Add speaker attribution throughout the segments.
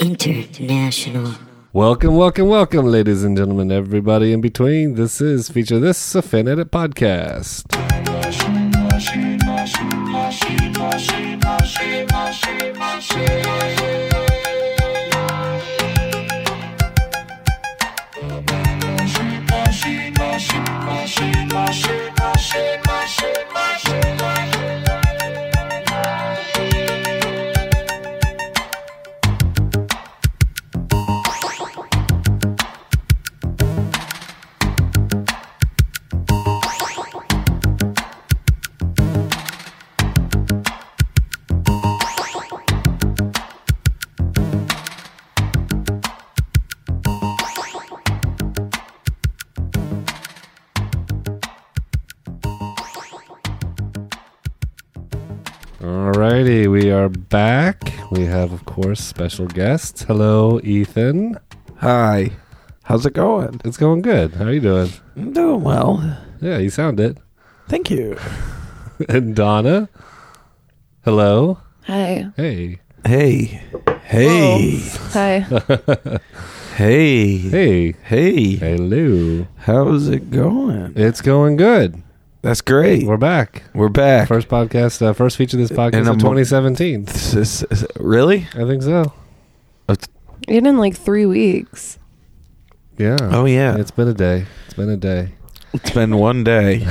Speaker 1: International.
Speaker 2: Welcome, welcome, welcome, ladies and gentlemen, everybody in between. This is Feature This, a Fan Edit podcast. Alrighty, we are back. We have, of course, special guests. Hello, Ethan.
Speaker 3: Hi. How's it going?
Speaker 2: It's going good. How are you doing?
Speaker 3: I'm doing well.
Speaker 2: Yeah, you sound it.
Speaker 3: Thank you.
Speaker 2: And Donna. Hello.
Speaker 4: Hi.
Speaker 2: Hey.
Speaker 3: Hey. Hey.
Speaker 4: Hi.
Speaker 3: Hey. Hey.
Speaker 2: Hey. Hello.
Speaker 3: How's it going?
Speaker 2: It's going good.
Speaker 3: That's great.
Speaker 2: We're back.
Speaker 3: We're back.
Speaker 2: First podcast, uh, first feature of this podcast
Speaker 3: In a
Speaker 2: of
Speaker 3: mo-
Speaker 2: 2017.
Speaker 3: This is- is- really?
Speaker 2: I think so.
Speaker 4: Even in like three weeks.
Speaker 2: Yeah.
Speaker 3: Oh, yeah.
Speaker 2: It's been a day. It's been a day.
Speaker 3: It's been one day.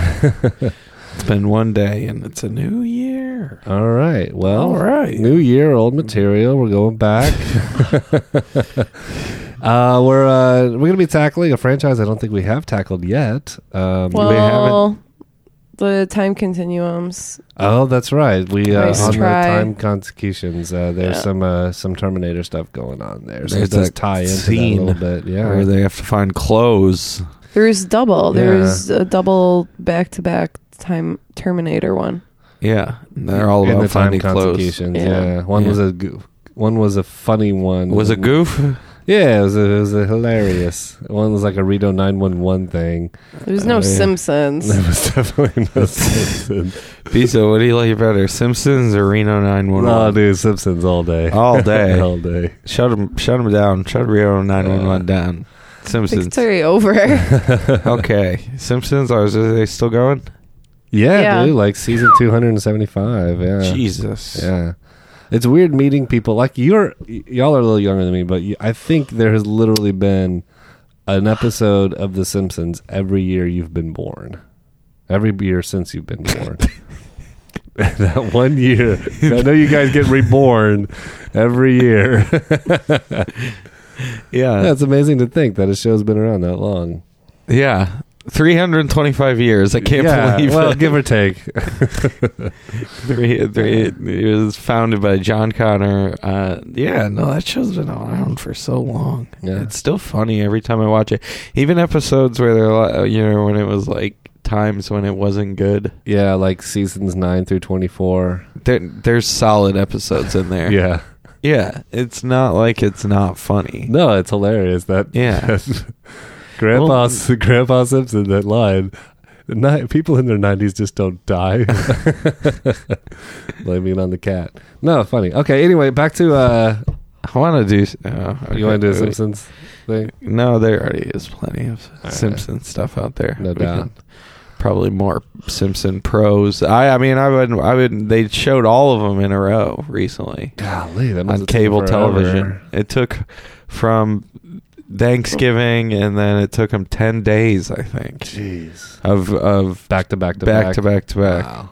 Speaker 3: it's been one day, and it's a new year.
Speaker 2: All right. Well,
Speaker 3: All right.
Speaker 2: New year, old material. We're going back. uh, we're uh, we're gonna be tackling a franchise I don't think we have tackled yet. Um,
Speaker 4: Well, the time continuums.
Speaker 2: oh, that's right. We uh,
Speaker 4: Nice
Speaker 2: on
Speaker 4: try.
Speaker 2: the time consecutions. Uh, there's
Speaker 4: Yeah.
Speaker 2: some uh, some Terminator stuff going on there, so
Speaker 3: There's
Speaker 2: it does
Speaker 3: that
Speaker 2: tie into
Speaker 3: scene
Speaker 2: that a little bit. Yeah.
Speaker 3: Where they have to find clothes.
Speaker 4: There's double.
Speaker 2: Yeah.
Speaker 4: There's a double back to back time Terminator one.
Speaker 3: Yeah. And they're all
Speaker 2: in
Speaker 3: about
Speaker 2: the time
Speaker 3: finding clothes.
Speaker 2: consecutions. Yeah.
Speaker 4: Yeah.
Speaker 2: One
Speaker 3: Yeah.
Speaker 2: was a go- one was a funny one.
Speaker 3: Was it goof?
Speaker 2: Yeah, it was a, it was a hilarious one. Was like a Rito nine one one thing.
Speaker 4: There's no
Speaker 2: Oh, yeah.
Speaker 4: Simpsons.
Speaker 2: That was definitely no Simpsons.
Speaker 3: Pizza, what do you like better, Simpsons or Reno
Speaker 2: no,
Speaker 3: 911?
Speaker 2: dude, Simpsons all day,
Speaker 3: All day.
Speaker 2: all day.
Speaker 3: Shut him, shut him down. Shut Rio 911
Speaker 2: Uh,
Speaker 3: down. Simpsons.
Speaker 4: Victory over.
Speaker 3: Okay. Simpsons, are, are they still going?
Speaker 2: Yeah,
Speaker 4: Yeah.
Speaker 2: dude, like season two hundred and seventy five. Yeah,
Speaker 3: Jesus.
Speaker 2: yeah. It's weird meeting people like you're. y- Y'all are a little younger than me, but you, I think there has literally been an episode of The Simpsons every year you've been born. Every year since you've been born. that one year. I know you guys get reborn every year.
Speaker 3: Yeah.
Speaker 2: That's amazing to think that a show's been around that long.
Speaker 3: Yeah. 325 years. I can't
Speaker 2: Yeah,
Speaker 3: believe
Speaker 2: Well,
Speaker 3: it.
Speaker 2: give or take.
Speaker 3: three, three, it was founded by John Connor. Uh, yeah, no, that show's been around for so long.
Speaker 2: Yeah.
Speaker 3: It's still funny every time I watch it. Even episodes where they're, like, you know, when it was like times when it wasn't good.
Speaker 2: Yeah, like seasons nine through twenty four.
Speaker 3: There, there's solid episodes in there.
Speaker 2: Yeah.
Speaker 3: Yeah, it's not like it's not funny.
Speaker 2: No, it's hilarious that
Speaker 3: Yeah.
Speaker 2: Grandpa Grandpa Simpson that line. Ni- people in their nineties just don't die. Blaming it on the cat. No, funny. Okay, anyway, back to uh
Speaker 3: I want to do. Oh, okay.
Speaker 2: you want to do a
Speaker 3: Wait.
Speaker 2: Simpsons thing?
Speaker 3: No, there already is plenty of
Speaker 2: right.
Speaker 3: Simpson stuff out there.
Speaker 2: No
Speaker 3: We
Speaker 2: doubt.
Speaker 3: can- Probably more Simpson pros. I, I mean, I would, I would. They showed all of them in a row recently
Speaker 2: Golly, that must
Speaker 3: on
Speaker 2: have taken
Speaker 3: cable
Speaker 2: forever.
Speaker 3: television. It took from Thanksgiving, and then it took them ten days, I think,
Speaker 2: Jeez.
Speaker 3: of of
Speaker 2: Back to back to back.
Speaker 3: back to back to back.
Speaker 2: Wow.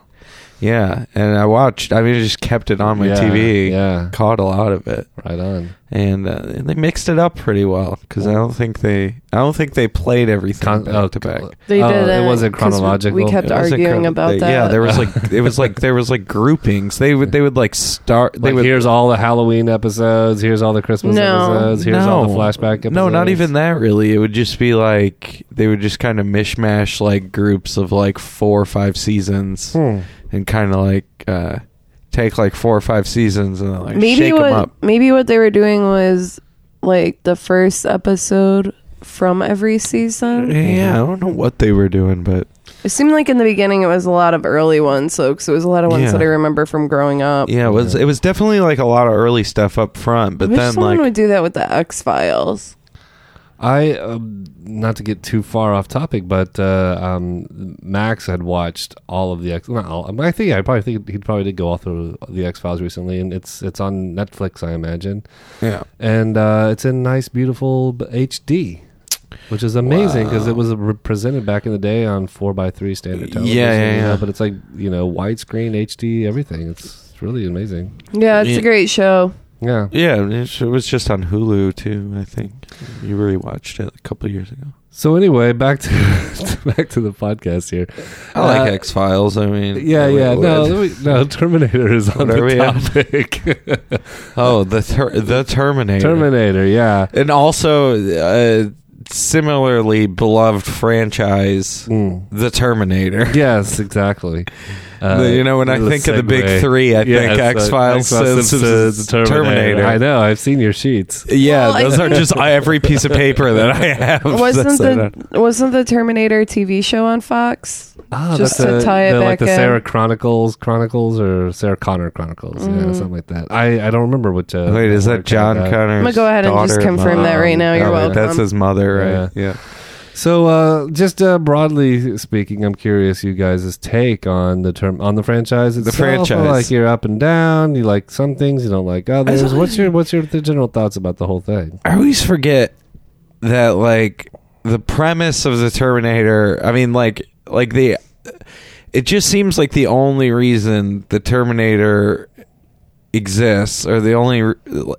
Speaker 3: Yeah, and I watched. I mean, I just kept it on my
Speaker 2: Yeah,
Speaker 3: TV.
Speaker 2: Yeah.
Speaker 3: Caught a lot of it.
Speaker 2: Right on.
Speaker 3: and, uh, and they mixed it up pretty well because I don't think they I don't think they played everything
Speaker 2: Con-
Speaker 3: back
Speaker 2: oh,
Speaker 3: to back.
Speaker 4: They
Speaker 2: Oh,
Speaker 4: did
Speaker 2: it wasn't
Speaker 4: 'cause we-
Speaker 2: chronological?
Speaker 4: We kept
Speaker 3: It wasn't
Speaker 4: arguing
Speaker 3: cr-
Speaker 4: about
Speaker 3: they-
Speaker 4: that.
Speaker 3: Yeah, there was like it was like there was like groupings. They would they would like start. They
Speaker 2: Like,
Speaker 3: would
Speaker 2: here's all the Halloween episodes. Here's all the Christmas
Speaker 4: No.
Speaker 2: episodes. Here's all the
Speaker 3: No.
Speaker 2: flashback episodes.
Speaker 3: no, not even that really. It would just be like they would just kind of mishmash like groups of like four or five seasons
Speaker 2: Hmm.
Speaker 3: and kind of like uh, take like four or five seasons and then like
Speaker 4: maybe
Speaker 3: shake
Speaker 4: what
Speaker 3: them up.
Speaker 4: maybe what they were doing was like the first episode from every season.
Speaker 3: Yeah, I don't know what they were doing, but
Speaker 4: It seemed like in the beginning it was a lot of early ones, so because it was a lot of ones
Speaker 3: Yeah.
Speaker 4: that I remember from growing up.
Speaker 3: yeah, it was it was definitely like a lot of early stuff up front.
Speaker 4: I
Speaker 3: But
Speaker 4: wish
Speaker 3: then
Speaker 4: someone
Speaker 3: like
Speaker 4: would do that with the X Files.
Speaker 2: I um, not to get too far off topic, but uh, um, Max had watched all of the X. Not all, I, mean, I think I probably think he probably did go all through the X Files recently, and it's it's on Netflix, I imagine,
Speaker 3: yeah,
Speaker 2: and uh, it's in nice, beautiful b- HD, which is amazing because
Speaker 3: Wow.
Speaker 2: it was re- presented back in the day on four x three standard
Speaker 3: Yeah,
Speaker 2: television.
Speaker 3: yeah,
Speaker 2: you know,
Speaker 3: yeah.
Speaker 2: But it's like you know widescreen HD everything. It's, it's really amazing.
Speaker 4: Yeah, it's
Speaker 3: Yeah.
Speaker 4: a great show.
Speaker 2: Yeah.
Speaker 3: yeah, it it was just on Hulu too. I think you really watched it a couple years ago.
Speaker 2: So anyway, back to back to the podcast here.
Speaker 3: I like
Speaker 2: Uh,
Speaker 3: X Files. I mean,
Speaker 2: Yeah,
Speaker 3: I
Speaker 2: yeah.
Speaker 3: would-
Speaker 2: No,
Speaker 3: would.
Speaker 2: let me- no. Terminator is on
Speaker 3: What are
Speaker 2: the
Speaker 3: we at?
Speaker 2: topic.
Speaker 3: Oh, the ter- the Terminator.
Speaker 2: Terminator. Yeah.
Speaker 3: and also uh, similarly beloved franchise,
Speaker 2: Mm.
Speaker 3: the Terminator.
Speaker 2: Yes, exactly. Uh,
Speaker 3: The- you know, when I
Speaker 2: the
Speaker 3: think of Uh, the
Speaker 2: segue.
Speaker 3: big three, I
Speaker 2: Yes,
Speaker 3: think
Speaker 2: uh,
Speaker 3: X Files,
Speaker 2: Simpsons,
Speaker 3: Simpsons, Terminator.
Speaker 2: I know. I've seen your sheets.
Speaker 3: Yeah,
Speaker 4: Well, I
Speaker 3: those are
Speaker 4: think-
Speaker 3: just every piece of paper that I have. That's
Speaker 4: Wasn't the wasn't the Terminator TV show on Fox?
Speaker 2: Ah,
Speaker 4: Just
Speaker 2: that's
Speaker 4: to
Speaker 2: a-
Speaker 4: tie it
Speaker 2: they're like
Speaker 4: back
Speaker 2: the
Speaker 4: in.
Speaker 2: Sarah Chronicles, Chronicles, or Sarah Connor Chronicles. Yeah,
Speaker 4: Mm.
Speaker 2: something like that. I, I don't remember which. Uh,
Speaker 3: Wait, is
Speaker 2: order
Speaker 3: that
Speaker 2: it
Speaker 3: John
Speaker 2: got.
Speaker 3: Connor's?
Speaker 4: I'm gonna go ahead and just
Speaker 3: daughter,
Speaker 4: confirm that
Speaker 3: mom?
Speaker 4: right now. You're
Speaker 3: Oh,
Speaker 4: welcome.
Speaker 3: That's his mother, right? Yeah.
Speaker 2: So, uh, just uh, broadly speaking, I'm curious you guys' take on the term on the franchise. Itself.
Speaker 3: franchise.
Speaker 2: like you're up and down. You like some things, you don't like others. What's your what's your the general thoughts about the whole thing?
Speaker 3: I always forget that like the premise of the Terminator. I mean, like like the it just seems like the only reason the Terminator exists, or the only re-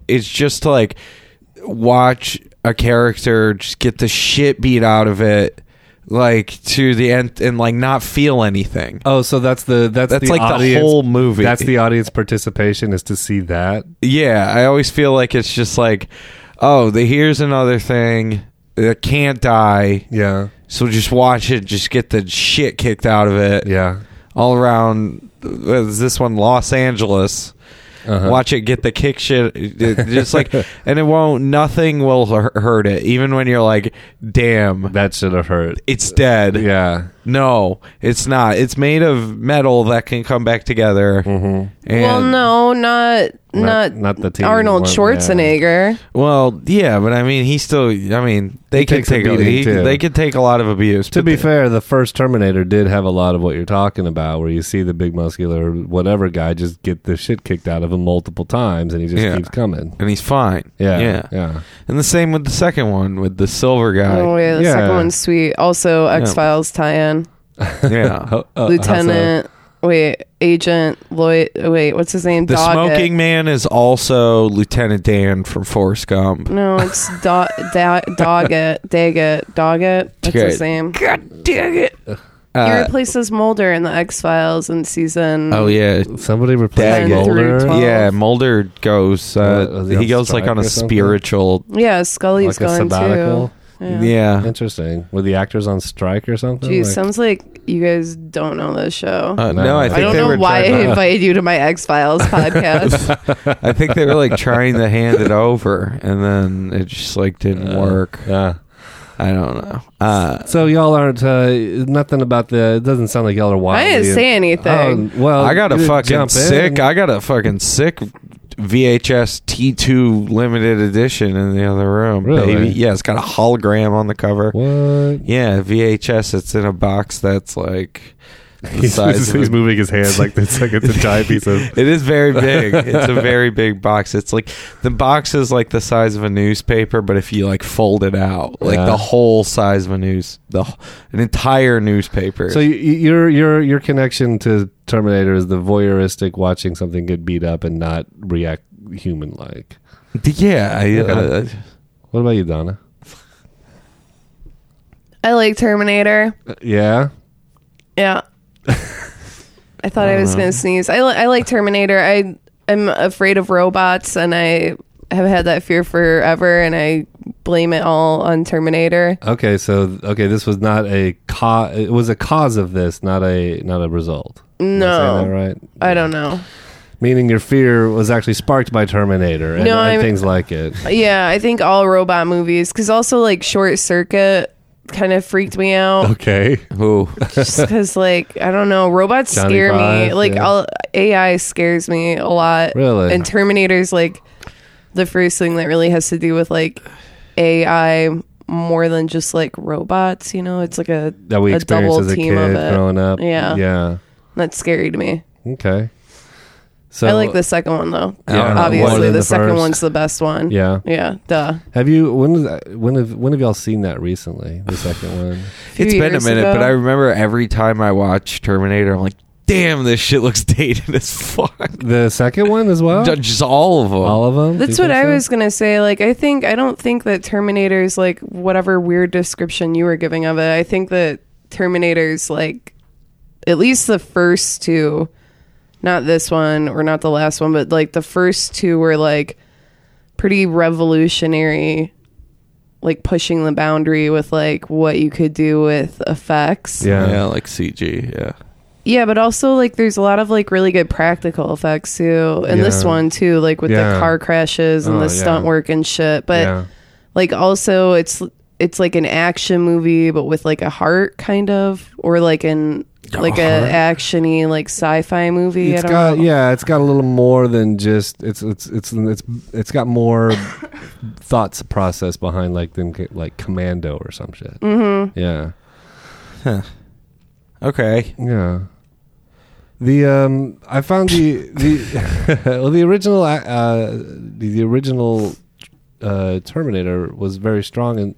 Speaker 3: it's just to like watch a character just get the shit beat out of it, like to the end, and like not feel anything.
Speaker 2: Oh, so that's the that's,
Speaker 3: That's like the whole movie.
Speaker 2: That's the audience participation is to see that.
Speaker 3: Yeah, I always feel like it's just like, oh, the here's another thing that can't die.
Speaker 2: Yeah,
Speaker 3: So just watch it, just get the shit kicked out of it.
Speaker 2: yeah.
Speaker 3: All around uh, this one Los Angeles.
Speaker 2: Uh-huh.
Speaker 3: Watch it get the kick shit it- just like and it won't nothing will hu- hurt it even when you're like, "Damn,
Speaker 2: that should have hurt.
Speaker 3: it's dead."
Speaker 2: Yeah.
Speaker 3: No, it's not. It's made of metal that can come back together.
Speaker 2: Mm-hmm.
Speaker 3: And
Speaker 4: well, no, not
Speaker 2: Not-
Speaker 4: not
Speaker 2: not the TV
Speaker 4: Arnold
Speaker 2: one, yeah.
Speaker 4: Schwarzenegger.
Speaker 3: Well, yeah, but I mean, he still. I mean, they
Speaker 2: He
Speaker 3: can
Speaker 2: takes a
Speaker 3: take. A,
Speaker 2: beating,
Speaker 3: he,
Speaker 2: too.
Speaker 3: they can take a lot of abuse.
Speaker 2: To
Speaker 3: but
Speaker 2: be
Speaker 3: they-
Speaker 2: fair, the first Terminator did have a lot of what you're talking about, where you see the big muscular whatever guy just get the shit kicked out of him multiple times, and he just
Speaker 3: Yeah.
Speaker 2: keeps coming.
Speaker 3: and he's fine.
Speaker 2: Yeah,
Speaker 3: yeah.
Speaker 2: yeah, yeah.
Speaker 3: And the same with the second one with the silver guy.
Speaker 4: Oh yeah, the
Speaker 2: Yeah.
Speaker 4: second one's sweet. Also, X Files
Speaker 3: Uh,
Speaker 4: tie-in.
Speaker 3: yeah,
Speaker 2: Ho- uh,
Speaker 4: Lieutenant, wait, Agent Lloyd. Wait, what's his name?
Speaker 3: the
Speaker 4: Doggett.
Speaker 3: smoking man is also Lieutenant Dan from Forrest Gump.
Speaker 4: No, it's Do- da- Doggett. Daggett. Doggett. That's
Speaker 3: Okay.
Speaker 4: his name.
Speaker 3: God dang it!
Speaker 4: he
Speaker 3: Uh,
Speaker 4: replaces Mulder in the X Files in season.
Speaker 3: oh yeah,
Speaker 2: Hustle. somebody replaced
Speaker 3: Dang it.
Speaker 2: Mulder.
Speaker 4: Three,
Speaker 3: yeah. Mulder goes.
Speaker 2: Uh,
Speaker 3: Uh,
Speaker 2: was he on
Speaker 3: he goes like
Speaker 2: strike
Speaker 3: on a
Speaker 2: or something?
Speaker 3: spiritual.
Speaker 4: yeah.
Speaker 2: Like a
Speaker 4: Scully's going
Speaker 2: sabbatical.
Speaker 4: too.
Speaker 3: Yeah.
Speaker 2: Interesting. Were the actors on strike or something?
Speaker 4: Geez,
Speaker 2: Like-
Speaker 4: sounds like you guys don't know this show.
Speaker 3: Uh,
Speaker 2: No.
Speaker 3: no, I think
Speaker 4: I don't
Speaker 3: they
Speaker 4: know
Speaker 3: were
Speaker 4: why I
Speaker 3: trying to-
Speaker 4: invited you to my X Files podcast.
Speaker 3: I think they were like trying to hand it over, and then it just like didn't
Speaker 2: Uh,
Speaker 3: work.
Speaker 2: yeah.
Speaker 3: I don't know. Uh,
Speaker 2: So y'all aren't uh, nothing about the. It doesn't sound like y'all are
Speaker 4: I
Speaker 2: wild.
Speaker 4: didn't say anything.
Speaker 2: well,
Speaker 3: I got a
Speaker 2: you didn't
Speaker 3: fucking
Speaker 2: jump in.
Speaker 3: sick. I got a fucking sick VHS T2 limited edition in the other room,
Speaker 2: Really?
Speaker 3: baby. Yeah, it's got a hologram on the cover.
Speaker 2: what?
Speaker 3: Yeah, VHS. It's in a box that's like the
Speaker 2: He's,
Speaker 3: size. of
Speaker 2: he's
Speaker 3: a-
Speaker 2: moving his hand like it's like it's a giant piece of.
Speaker 3: It is very big. It's a very big box. It's like the box is like the size of a newspaper, but if you like fold it out, like
Speaker 2: Yeah.
Speaker 3: the whole size of a news, the wh- an entire newspaper.
Speaker 2: So y- y- your your your connection to Terminator is the voyeuristic watching something get beat up and not react human like.
Speaker 3: yeah, I, uh,
Speaker 2: What about you, Donna?
Speaker 4: I like Terminator.
Speaker 2: Uh, Yeah,
Speaker 4: Yeah. I thought I, was
Speaker 3: Uh-huh.
Speaker 4: going to sneeze. I, li- I like Terminator. I am afraid of robots, and I have had that fear forever, and I blame it all on Terminator.
Speaker 2: Okay, so okay, this was not a cause. It was a cause of this, not a not a result. Am I saying
Speaker 4: No.
Speaker 2: that right?
Speaker 4: I don't know.
Speaker 2: meaning your fear was actually sparked by Terminator and,
Speaker 4: No,
Speaker 2: and
Speaker 4: I'm-
Speaker 2: things like it.
Speaker 4: Yeah, I think all robot movies because also like Short Circuit kind of freaked me out
Speaker 2: Okay,
Speaker 3: Who?
Speaker 4: just because like I don't know robots
Speaker 2: Johnny
Speaker 4: scare
Speaker 2: Five,
Speaker 4: me like
Speaker 2: yeah.
Speaker 4: all AI scares me a lot
Speaker 2: Really?
Speaker 4: and Terminator's like the first thing that really has to do with like AI more than just like robots you know it's like a
Speaker 2: that we
Speaker 4: a
Speaker 2: experienced
Speaker 4: double
Speaker 2: as a kid
Speaker 4: team of it
Speaker 2: growing up.
Speaker 4: Yeah.
Speaker 2: yeah.
Speaker 4: that's scary to me
Speaker 2: Okay. So
Speaker 4: I like the second one though
Speaker 3: Yeah, more
Speaker 4: obviously
Speaker 2: than
Speaker 4: the,
Speaker 2: the
Speaker 4: second
Speaker 2: first.
Speaker 4: one's the best one
Speaker 2: Yeah.
Speaker 4: yeah duh
Speaker 2: Have you when was that- when have when have y'all seen that recently? The second one.
Speaker 4: few
Speaker 3: It's been a
Speaker 4: years
Speaker 3: minute,
Speaker 4: ago.
Speaker 3: but I remember every time I watch Terminator, I'm like, damn, this shit looks dated as fuck.
Speaker 2: The second one as
Speaker 4: Oh.
Speaker 2: well.
Speaker 3: Just all of them.
Speaker 2: All of them.
Speaker 4: That's
Speaker 2: Do you
Speaker 4: what I
Speaker 2: think so?
Speaker 4: was gonna say. Like, I think I don't think that Terminator's like whatever weird description you were giving of it. I think that Terminator's like at least the first two, not this one or not the last one, but like the first two were like pretty revolutionary, like pushing the boundary with like what you could do with effects.
Speaker 2: Yeah.
Speaker 3: yeah. like CG. Yeah.
Speaker 4: Yeah, but also like there's a lot of like really good practical effects too, and this
Speaker 2: Yeah.
Speaker 4: one too, like with
Speaker 2: Yeah.
Speaker 4: the car crashes and
Speaker 2: Oh,
Speaker 4: the stunt
Speaker 2: yeah.
Speaker 4: work and shit. But
Speaker 2: yeah.
Speaker 4: like also it's it's like an action movie, but with like a heart kind of, or like an like a actiony like sci-fi movie.
Speaker 2: It's
Speaker 4: I don't
Speaker 2: got
Speaker 4: know.
Speaker 2: yeah, it's got a little more than just it's it's it's it's it's got more thoughts process behind like than c- like Commando or some shit. Mm-hmm. Yeah,
Speaker 3: Okay.
Speaker 2: yeah. The um, I found the the well, the original uh, uh, the, the original uh, Terminator was very strong and.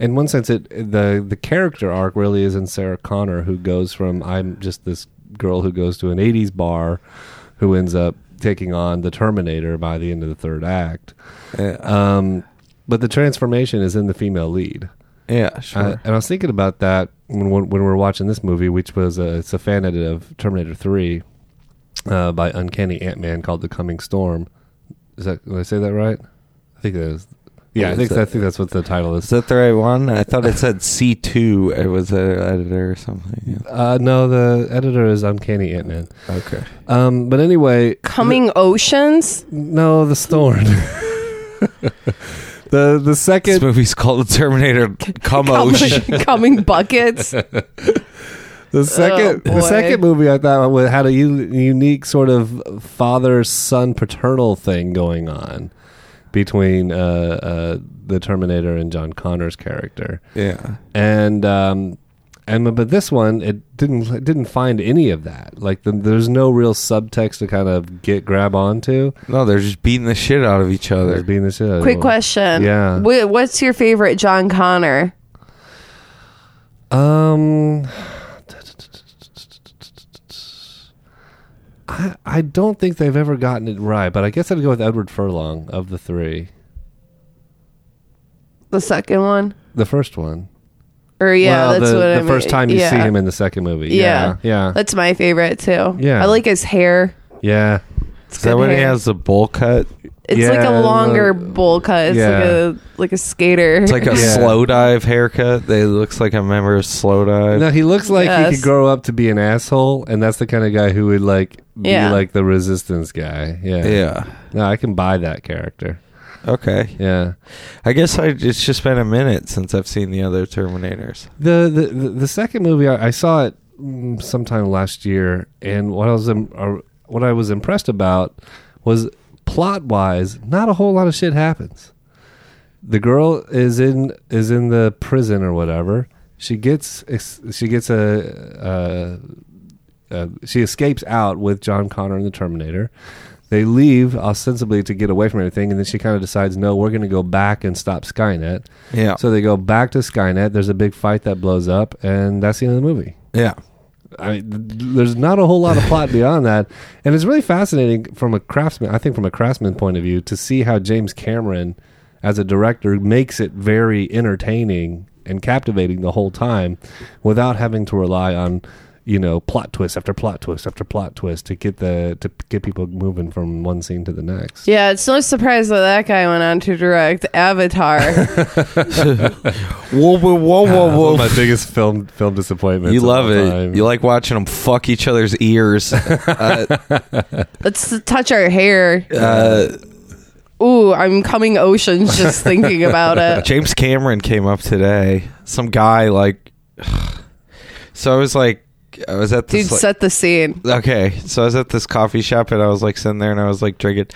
Speaker 2: In one sense, it the the character arc really is in Sarah Connor, who goes from I'm just this girl who goes to an '80s bar, who ends up taking on the Terminator by the end of the third act.
Speaker 3: Yeah.
Speaker 2: Um, but the transformation is in the female lead.
Speaker 3: yeah
Speaker 2: Uh,
Speaker 3: sure.
Speaker 2: and I was thinking about that when when we were watching this movie, which was a, it's a fan edit of Terminator Three uh, by Uncanny Ant Man called The Coming Storm. Is that did I say that right? I think that is. Yeah, I
Speaker 3: Is
Speaker 2: think
Speaker 3: that-
Speaker 2: I think that's what the title
Speaker 3: Is
Speaker 2: is.
Speaker 3: that the right one? I thought it said C2. It was an editor or something.
Speaker 2: Uh, no, the editor is Uncanny Ant Man.
Speaker 3: Yeah. Okay.
Speaker 2: Um, but anyway,
Speaker 4: Coming Oceans.
Speaker 2: no, the storm. the the second
Speaker 3: This movie's called Terminator Come Ocean.
Speaker 4: Coming, coming buckets.
Speaker 2: The second,
Speaker 4: Oh,
Speaker 2: the
Speaker 4: boy.
Speaker 2: second movie I thought wa- had a u- unique sort of father son paternal thing going on between uh, uh, the Terminator and John Connor's character,
Speaker 3: Yeah.
Speaker 2: and um, and but this one it didn't it didn't find any of that. Like the, there's no real subtext to kind of get grab onto.
Speaker 3: No, they're just beating the shit out of each
Speaker 2: There's
Speaker 3: other.
Speaker 2: being uh, the shit. out of
Speaker 4: Quick
Speaker 2: it.
Speaker 4: question.
Speaker 2: Yeah.
Speaker 4: Wh- what's your favorite John Connor?
Speaker 2: Um, I I don't think they've ever gotten it right, but I guess I'd go with Edward Furlong of the three.
Speaker 4: The second one.
Speaker 2: The first one,
Speaker 4: Or yeah,
Speaker 2: Well,
Speaker 4: that's
Speaker 2: the,
Speaker 4: what
Speaker 2: the
Speaker 4: I mean.
Speaker 2: first time you see
Speaker 4: Yeah.
Speaker 2: him in the second movie.
Speaker 4: Yeah.
Speaker 2: Yeah, yeah, yeah.
Speaker 4: That's my favorite too.
Speaker 2: Yeah.
Speaker 4: I like his hair. It's
Speaker 3: Is that
Speaker 4: good
Speaker 3: when he
Speaker 4: hair.
Speaker 3: has the bowl cut?
Speaker 4: It's like
Speaker 2: Yeah,
Speaker 4: a longer
Speaker 2: the-
Speaker 4: bowl cut. It's like
Speaker 2: yeah.
Speaker 4: a like a skater.
Speaker 3: It's like a
Speaker 2: Yeah.
Speaker 3: slow dive haircut. They looks like a member of Slow Dive.
Speaker 2: No, he looks like he
Speaker 4: Yes.
Speaker 2: could grow up to be an asshole, and that's the kind of guy who would like be
Speaker 4: Yeah.
Speaker 2: like the resistance guy. Yeah,
Speaker 3: Yeah.
Speaker 2: No, I can buy that character.
Speaker 3: Okay.
Speaker 2: Yeah.
Speaker 3: I guess I it's just been a minute since I've seen the other Terminators.
Speaker 2: The the the, the second movie I, I saw it mm, sometime last year, and what I was im- uh, what I was impressed about was plot wise, not a whole lot of shit happens. The girl is in is in the prison or whatever. She gets ex- she gets a, a, a she escapes out with John Connor and the Terminator. They leave ostensibly to get away from everything, and then she kind of decides, no, we're going to go back and stop Skynet.
Speaker 3: Yeah.
Speaker 2: So they go back to Skynet. There's a big fight that blows up, and that's the end of the movie.
Speaker 3: yeah.
Speaker 2: I mean, th- there's not a whole lot of plot beyond that, and it's really fascinating from a craftsman. I think from a craftsman point of view to see how James Cameron, as a director, makes it very entertaining and captivating the whole time, without having to rely on you know plot twist after plot twist after plot twist to get the to get people moving from one scene to the next.
Speaker 4: Yeah, it's no surprise that that guy went on to direct Avatar.
Speaker 3: Whoa, whoa, whoa,
Speaker 2: Uh,
Speaker 3: whoa,
Speaker 2: my
Speaker 3: whoa.
Speaker 2: biggest film film disappointment.
Speaker 3: You love it. You like watching them fuck each other's ears. Uh,
Speaker 4: Let's touch our hair.
Speaker 3: uh,
Speaker 4: Ooh, I'm coming oceans just thinking about it.
Speaker 3: James Cameron came up today. Some guy like. So I was like, I was at
Speaker 4: Dude,
Speaker 3: this. like-
Speaker 4: set the scene.
Speaker 3: okay, so I was at this coffee shop and I was like sitting there and I was like drinking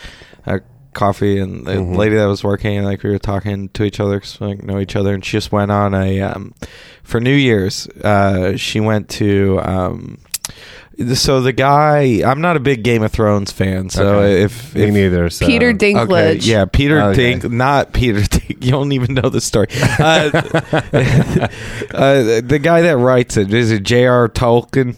Speaker 3: uh, coffee and the
Speaker 2: Mhm.
Speaker 3: lady that was working and like we were talking to each other 'cause we like, know each other and she just went on a um, for New Year's uh, she went to um, so the guy I'm not a big Game of Thrones fan so
Speaker 2: Okay.
Speaker 3: if,
Speaker 2: me
Speaker 3: if
Speaker 2: neither. So.
Speaker 4: Peter Dinklage.
Speaker 3: yeah, Peter
Speaker 2: Okay.
Speaker 3: Dink, not Peter Dink. You don't even know the story. Uh, uh, the guy that writes it is it J.R. Tolkien?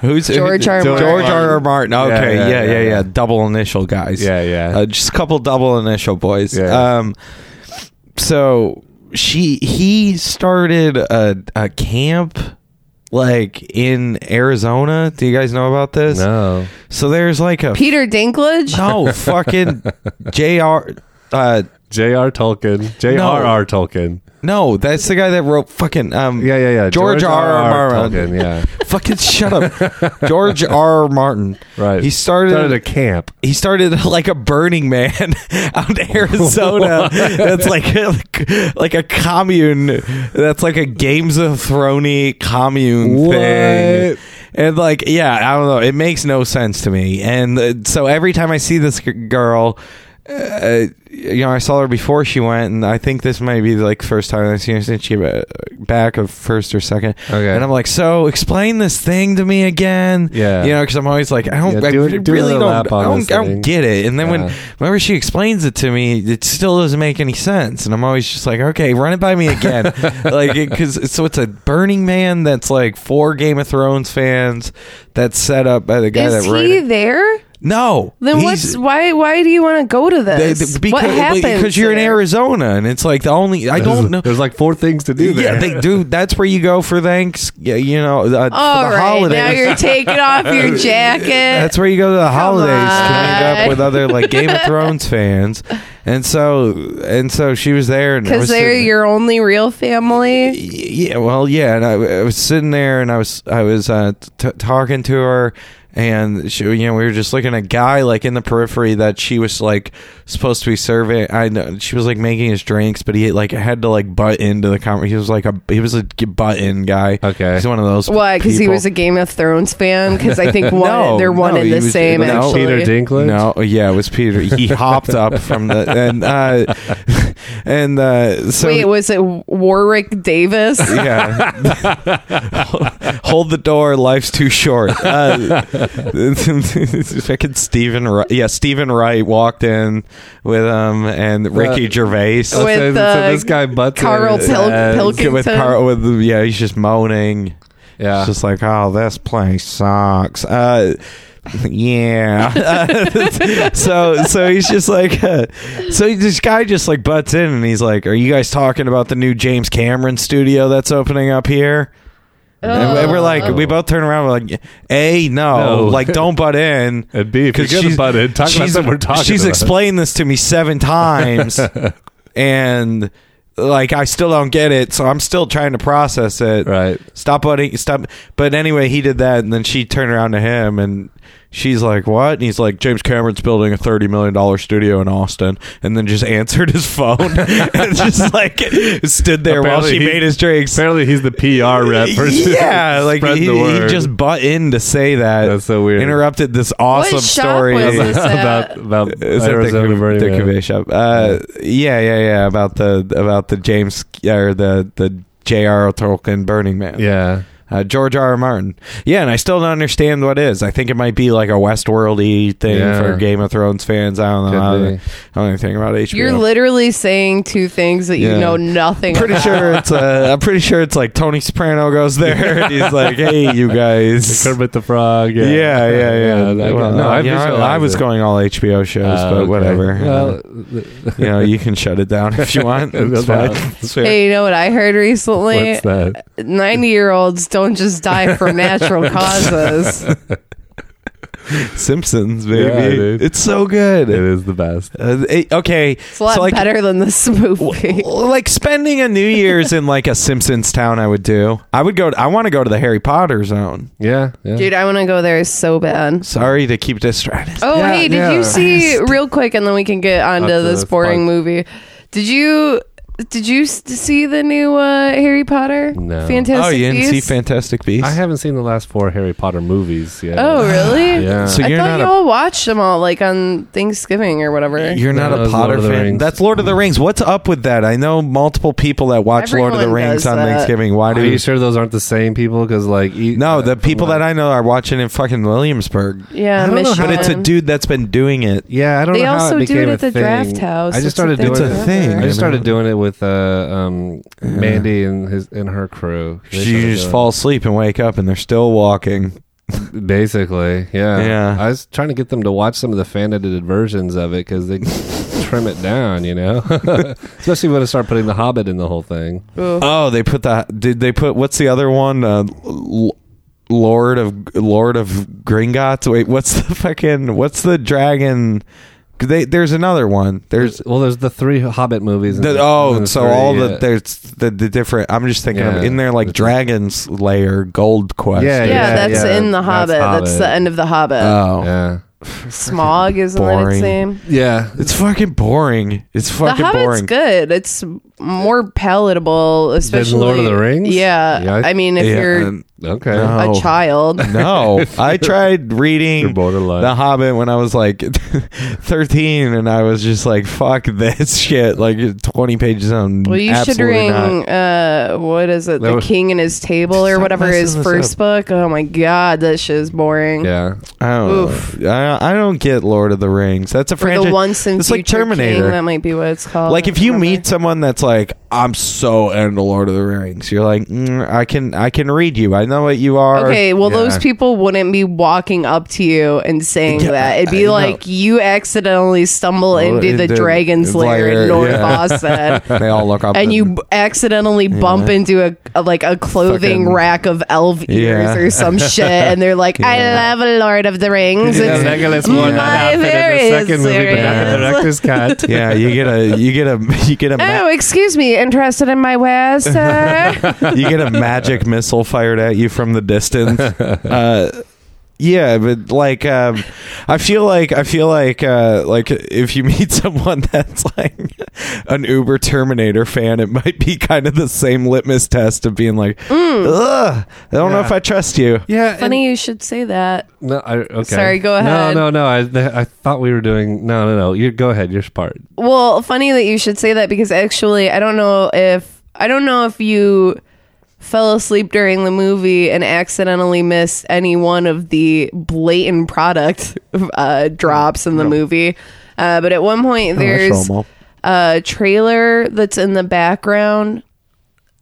Speaker 3: Who's
Speaker 4: George R.
Speaker 3: George
Speaker 4: Martin.
Speaker 3: R. R. Martin.
Speaker 2: Yeah,
Speaker 3: Okay,
Speaker 2: yeah,
Speaker 3: yeah yeah, yeah,
Speaker 2: yeah, yeah.
Speaker 3: Double initial guys.
Speaker 2: Yeah, yeah.
Speaker 3: Uh, just a couple double initial boys.
Speaker 2: Yeah.
Speaker 3: Um, so she he started a a camp like in Arizona. Do you guys know about this?
Speaker 2: no.
Speaker 3: So there's like a
Speaker 4: Peter Dinklage?
Speaker 3: no fucking J.R. Uh,
Speaker 2: J.R. Tolkien. J.R.R. Tolkien.
Speaker 3: no, that's the guy that wrote fucking um
Speaker 2: Yeah, yeah, yeah.
Speaker 3: George R.
Speaker 2: Tolkien.
Speaker 3: R. Martin.
Speaker 2: Yeah,
Speaker 3: Fucking shut up. George R. R. Martin.
Speaker 2: right.
Speaker 3: He started,
Speaker 2: started a camp.
Speaker 3: he started like a Burning Man out in Arizona. that's like a, like a commune. That's like a Games of Throny commune thing.
Speaker 2: What?
Speaker 3: And like, yeah, I don't know. It makes no sense to me. And uh, so every time I see this g- girl, uh, you know, I saw her before she went, and I think this might be like first time I've seen her since she uh, back of first or second.
Speaker 2: Okay.
Speaker 3: And I'm like, so explain this thing to me again.
Speaker 2: Yeah.
Speaker 3: You know, because I'm always like, I don't,
Speaker 2: Yeah,
Speaker 3: I
Speaker 2: do it- do
Speaker 3: really
Speaker 2: another lap
Speaker 3: don't, I
Speaker 2: on
Speaker 3: don't,
Speaker 2: this
Speaker 3: I don't
Speaker 2: thing.
Speaker 3: get it. And then
Speaker 2: Yeah.
Speaker 3: when whenever she explains it to me, it still doesn't make any sense. And I'm always just like, okay, run it by me again. like, because so it's a Burning Man that's like for Game of Thrones fans that's set up by the guy
Speaker 4: Is
Speaker 3: that
Speaker 4: he
Speaker 3: wrote it.
Speaker 4: there?
Speaker 3: No,
Speaker 4: Then
Speaker 3: he's-
Speaker 4: what's why why do you want to go to
Speaker 3: they-
Speaker 4: this?
Speaker 3: they-
Speaker 4: what happens?
Speaker 3: Because you're in
Speaker 4: there?
Speaker 3: Arizona, and it's like the only I don't know.
Speaker 2: There's like four things to do there.
Speaker 3: Yeah, they, dude, that's where you go for thanks. yeah, You know, uh,
Speaker 4: All
Speaker 3: for the
Speaker 4: right,
Speaker 3: holidays.
Speaker 4: now you're taking off your jacket.
Speaker 3: That's where you go to the holidays to meet
Speaker 4: on.
Speaker 3: up with other like Game of Thrones fans, and so and so she was there, and I
Speaker 4: because
Speaker 3: was
Speaker 4: they're
Speaker 3: sitting-
Speaker 4: your only real family.
Speaker 3: yeah, well, yeah, and I, I was sitting there, and I was I was uh, t- talking to her, and she, you know, we were just looking at a guy like in the periphery that she was like supposed to be serving. I know she was like making his drinks, but he like had to like butt into the conversation. He was like a he was a g- butt in guy.
Speaker 2: Okay.
Speaker 3: he's one of those.
Speaker 4: Why? Because he
Speaker 3: people.
Speaker 4: was a Game of Thrones fan. Because I think one
Speaker 3: No,
Speaker 4: they're one
Speaker 3: no,
Speaker 4: and
Speaker 3: he
Speaker 4: the
Speaker 3: was-
Speaker 4: same.
Speaker 3: no,
Speaker 4: actually,
Speaker 2: Peter Dinklage.
Speaker 3: No, yeah, it was Peter. He hopped up from the and uh, and uh, so
Speaker 4: Wait, was it Warwick Davis?
Speaker 3: yeah. Hold the door. Life's too short. Uh, fucking Stephen. Wright, yeah, Stephen Wright walked in with um and Ricky
Speaker 2: Uh,
Speaker 3: Gervais.
Speaker 2: So-
Speaker 4: With,
Speaker 2: so, so
Speaker 4: uh,
Speaker 2: this guy butts
Speaker 4: Carl
Speaker 2: in,
Speaker 4: Pil-
Speaker 2: and-
Speaker 4: Pilk-
Speaker 3: Get with
Speaker 4: Wilkinson.
Speaker 3: Carl. With yeah, he's just moaning.
Speaker 2: Yeah.
Speaker 3: It's just like, oh, this place sucks. Uh, yeah. so so he's just like, uh, so this guy just like butts in and he's like, are you guys talking about the new James Cameron studio that's opening up here? And we- we're like, we both turn around. We're like, a no,
Speaker 2: Oh. No.
Speaker 3: like don't butt in.
Speaker 2: And B, if you're gonna
Speaker 3: she's-
Speaker 2: butt in, talk about
Speaker 3: she's-
Speaker 2: something we're talking
Speaker 3: She's
Speaker 2: about.
Speaker 3: explained this to me seven times, and like I still don't get it. So I'm still trying to process it.
Speaker 2: Right.
Speaker 3: Stop butting. Stop. But anyway, he did that, and then she turned around to him, and she's like, "What?" And he's like, "James Cameron's building a thirty million dollar studio in Austin," and then just answered his phone and just like stood there while
Speaker 2: Apparently
Speaker 3: she
Speaker 2: he-
Speaker 3: made his drinks.
Speaker 2: Apparently, he's the PR rep. for-
Speaker 3: Yeah, like
Speaker 2: spread
Speaker 3: he,
Speaker 2: the
Speaker 3: he
Speaker 2: word.
Speaker 3: just butt in to say that.
Speaker 2: That's so weird.
Speaker 3: Interrupted this awesome
Speaker 4: What shop
Speaker 3: story.
Speaker 4: was this
Speaker 2: about
Speaker 4: at?
Speaker 2: about
Speaker 3: Is that
Speaker 2: Arizona
Speaker 3: the,
Speaker 2: Burning
Speaker 3: the
Speaker 2: Man.
Speaker 3: cafe shop? Uh, yeah, yeah, yeah. About the about the James or the the J.R.R. Tolkien Burning Man.
Speaker 2: Yeah.
Speaker 3: Uh, George R. R. Martin. Yeah, and I still don't understand what is. I think it might be like a Westworld-y thing
Speaker 2: Yeah.
Speaker 3: for Game of Thrones fans. I don't know.
Speaker 2: Could
Speaker 3: I
Speaker 2: be.
Speaker 3: don't, I don't know anything about HBO.
Speaker 4: You're literally saying two things that you
Speaker 3: Yeah.
Speaker 4: know nothing.
Speaker 3: pretty
Speaker 4: about.
Speaker 3: sure it's uh, I'm pretty sure it's like Tony Soprano goes there and he's like, "Hey, you guys."
Speaker 2: Kermit the Frog. Yeah,
Speaker 3: Yeah, yeah, yeah.
Speaker 2: I-
Speaker 3: Well, no, I, you know, I
Speaker 2: visualize
Speaker 3: was
Speaker 2: it.
Speaker 3: going all HBO shows,
Speaker 2: Uh,
Speaker 3: but
Speaker 2: okay.
Speaker 3: whatever. Uh,
Speaker 2: Well,
Speaker 3: you know, you can shut it down if you want.
Speaker 2: That's
Speaker 3: It's fine.
Speaker 2: fine.
Speaker 3: It's fair.
Speaker 4: Hey, you know what I heard recently?
Speaker 2: what's that?
Speaker 4: Ninety year olds don't just die from natural causes.
Speaker 3: Simpsons, baby.
Speaker 2: Yeah, dude.
Speaker 3: it's so good.
Speaker 2: It is the best.
Speaker 3: Uh, it- okay,
Speaker 4: It's a lot
Speaker 3: so like,
Speaker 4: better than this movie.
Speaker 3: Well, like spending a New Year's in like a Simpsons town, I would do. I would go. I want to go to the Harry Potter zone.
Speaker 2: Yeah, yeah.
Speaker 4: Dude, I want to go there so bad.
Speaker 3: Sorry to keep distracted.
Speaker 4: Oh,
Speaker 2: Yeah,
Speaker 4: hey, did
Speaker 2: yeah.
Speaker 4: you see real quick and then we can get onto
Speaker 2: Onto
Speaker 4: this
Speaker 2: the
Speaker 4: boring
Speaker 2: fun.
Speaker 4: movie. Did you did you s- see the new uh, Harry Potter?
Speaker 2: No.
Speaker 4: Fantastic
Speaker 3: oh, you didn't see
Speaker 4: Beasts?
Speaker 3: Fantastic Beasts?
Speaker 2: I haven't seen the last four Harry Potter movies yet.
Speaker 4: Oh, really?
Speaker 2: Yeah. So
Speaker 4: I
Speaker 3: you're not
Speaker 4: thought
Speaker 3: a-
Speaker 4: y'all watched them all like on Thanksgiving or whatever.
Speaker 3: You're not
Speaker 2: No,
Speaker 3: a
Speaker 2: it's Lord
Speaker 3: Potter
Speaker 2: of the
Speaker 3: fan.
Speaker 2: Rings.
Speaker 3: That's Lord of the Rings. What's up with that? I know multiple people that watch Lord of the
Speaker 4: Everyone
Speaker 3: Rings
Speaker 4: does
Speaker 3: on
Speaker 4: that.
Speaker 3: Thanksgiving. Why
Speaker 2: Are
Speaker 3: do
Speaker 2: you sure those aren't the same people? Because like, e-
Speaker 3: No, the
Speaker 2: from
Speaker 3: people
Speaker 2: what-
Speaker 3: that I know are watching in fucking Williamsburg.
Speaker 4: yeah,
Speaker 2: I don't know how-
Speaker 3: But it's a
Speaker 4: Michigan.
Speaker 3: dude that's been doing it.
Speaker 2: yeah, I don't
Speaker 4: They
Speaker 2: know how
Speaker 4: also
Speaker 2: it
Speaker 4: do
Speaker 2: became
Speaker 4: it
Speaker 2: a
Speaker 4: at the
Speaker 2: thing.
Speaker 4: draft house.
Speaker 2: I just
Speaker 4: It's
Speaker 2: started
Speaker 4: a thing
Speaker 2: doing
Speaker 3: It's a
Speaker 2: it.
Speaker 3: thing.
Speaker 2: I
Speaker 3: you
Speaker 2: just started
Speaker 3: know?
Speaker 2: doing it with uh, um, Mandy and his and her crew. They
Speaker 3: You
Speaker 2: started
Speaker 3: just
Speaker 2: doing
Speaker 3: fall asleep and wake up and they're still walking.
Speaker 2: it. basically. Yeah,
Speaker 3: Yeah.
Speaker 2: I was trying to get them to watch some of the fan edited versions of it because they trim it down, you know. Especially when I start putting the Hobbit in the whole thing.
Speaker 4: Ooh.
Speaker 3: Oh, they put the did they put what's the other one? Uh, L- Lord of Lord of Gringotts. Wait, what's the fucking what's the dragon? They, there's another one. There's
Speaker 2: well, there's the three Hobbit movies. and
Speaker 3: the,
Speaker 2: the- and
Speaker 3: oh,
Speaker 2: the
Speaker 3: so
Speaker 2: three,
Speaker 3: all
Speaker 2: yeah.
Speaker 3: the there's the, the different. I'm just thinking
Speaker 2: Yeah.
Speaker 3: of in there like
Speaker 2: The-
Speaker 3: Dragon's Lair, Gold Quest.
Speaker 2: Yeah,
Speaker 3: or
Speaker 4: yeah, that's
Speaker 2: yeah,
Speaker 4: in the
Speaker 2: that's
Speaker 4: Hobbit. That's,
Speaker 2: Hobbit.
Speaker 4: the end of the Hobbit.
Speaker 3: Oh,
Speaker 2: yeah,
Speaker 4: Smog isn't that its
Speaker 3: boring.
Speaker 4: name?
Speaker 2: yeah.
Speaker 3: it's fucking boring. It's
Speaker 4: The
Speaker 3: fucking
Speaker 4: Hobbit's
Speaker 3: boring.
Speaker 4: good. It's more palatable, especially
Speaker 2: Lord of the Rings?
Speaker 4: Yeah,
Speaker 2: Yeah, I-
Speaker 4: I mean, if
Speaker 3: Yeah,
Speaker 4: you're
Speaker 3: and-
Speaker 2: Okay.
Speaker 3: No.
Speaker 4: a
Speaker 3: Oh.
Speaker 4: child,
Speaker 3: no, I tried reading
Speaker 2: You're borderline.
Speaker 3: The Hobbit when I was like 13, and I was just like, "Fuck this shit!" Like 20 pages on.
Speaker 4: well, you should
Speaker 3: absolutely
Speaker 4: ring.
Speaker 3: not.
Speaker 4: Uh, what is it?
Speaker 2: That
Speaker 4: The
Speaker 2: was-
Speaker 4: King and His Table or
Speaker 3: Stop
Speaker 4: whatever
Speaker 3: messing
Speaker 4: his
Speaker 3: this
Speaker 4: first
Speaker 3: up.
Speaker 4: book. Oh my god, that shit is boring.
Speaker 2: Yeah.
Speaker 3: I don't. know. I, I don't get Lord of the Rings. That's a
Speaker 4: For the
Speaker 3: franchise.
Speaker 4: once in
Speaker 3: it's
Speaker 4: future
Speaker 3: like Terminator.
Speaker 4: King, that might be what it's called.
Speaker 3: like if you
Speaker 4: Remember?
Speaker 3: meet someone that's like, "I'm so into Lord of the Rings," you're like, "Mm, "I can, I can read you. I know what you are."
Speaker 4: Okay, well,
Speaker 2: Yeah.
Speaker 4: those people wouldn't be walking up to you and saying
Speaker 3: Yeah,
Speaker 4: that. It'd be
Speaker 3: I
Speaker 4: like you accidentally stumble into the
Speaker 3: into
Speaker 4: dragon's
Speaker 3: the
Speaker 4: lair in
Speaker 3: lair,
Speaker 4: North
Speaker 3: yeah.
Speaker 4: Austin.
Speaker 3: They all look up
Speaker 4: And you b- accidentally bump into a, a- like a clothing
Speaker 3: Fucking-
Speaker 4: rack of elf
Speaker 3: Yeah.
Speaker 4: ears or some shit, and they're like, "I love Lord of the Rings." It's my very serious.
Speaker 2: director's cut.
Speaker 3: Yeah, you get a, you get a, you get a. ma-
Speaker 4: Oh, excuse me, interested in my wares, sir?
Speaker 3: you get a magic missile fired at you from the distance. Uh, yeah, but like, um, I feel like I feel like uh, like if you meet someone that's like an Uber Terminator fan, it might be kind of the same litmus test of being like,
Speaker 4: Mm.
Speaker 3: Ugh, I don't know
Speaker 2: Yeah.
Speaker 3: if I trust you.
Speaker 2: Yeah. and-
Speaker 4: Funny you should say that.
Speaker 2: No, I, okay.
Speaker 4: Sorry, go ahead.
Speaker 2: No, no, no. I, th- I thought we were doing. No, no, no. You go ahead. You're smart.
Speaker 4: Well, funny that you should say that because actually, I don't know if I don't know if you fell asleep during the movie and accidentally missed any one of the blatant product uh, drops in the movie. Uh, but at one point, there's a trailer that's in the background.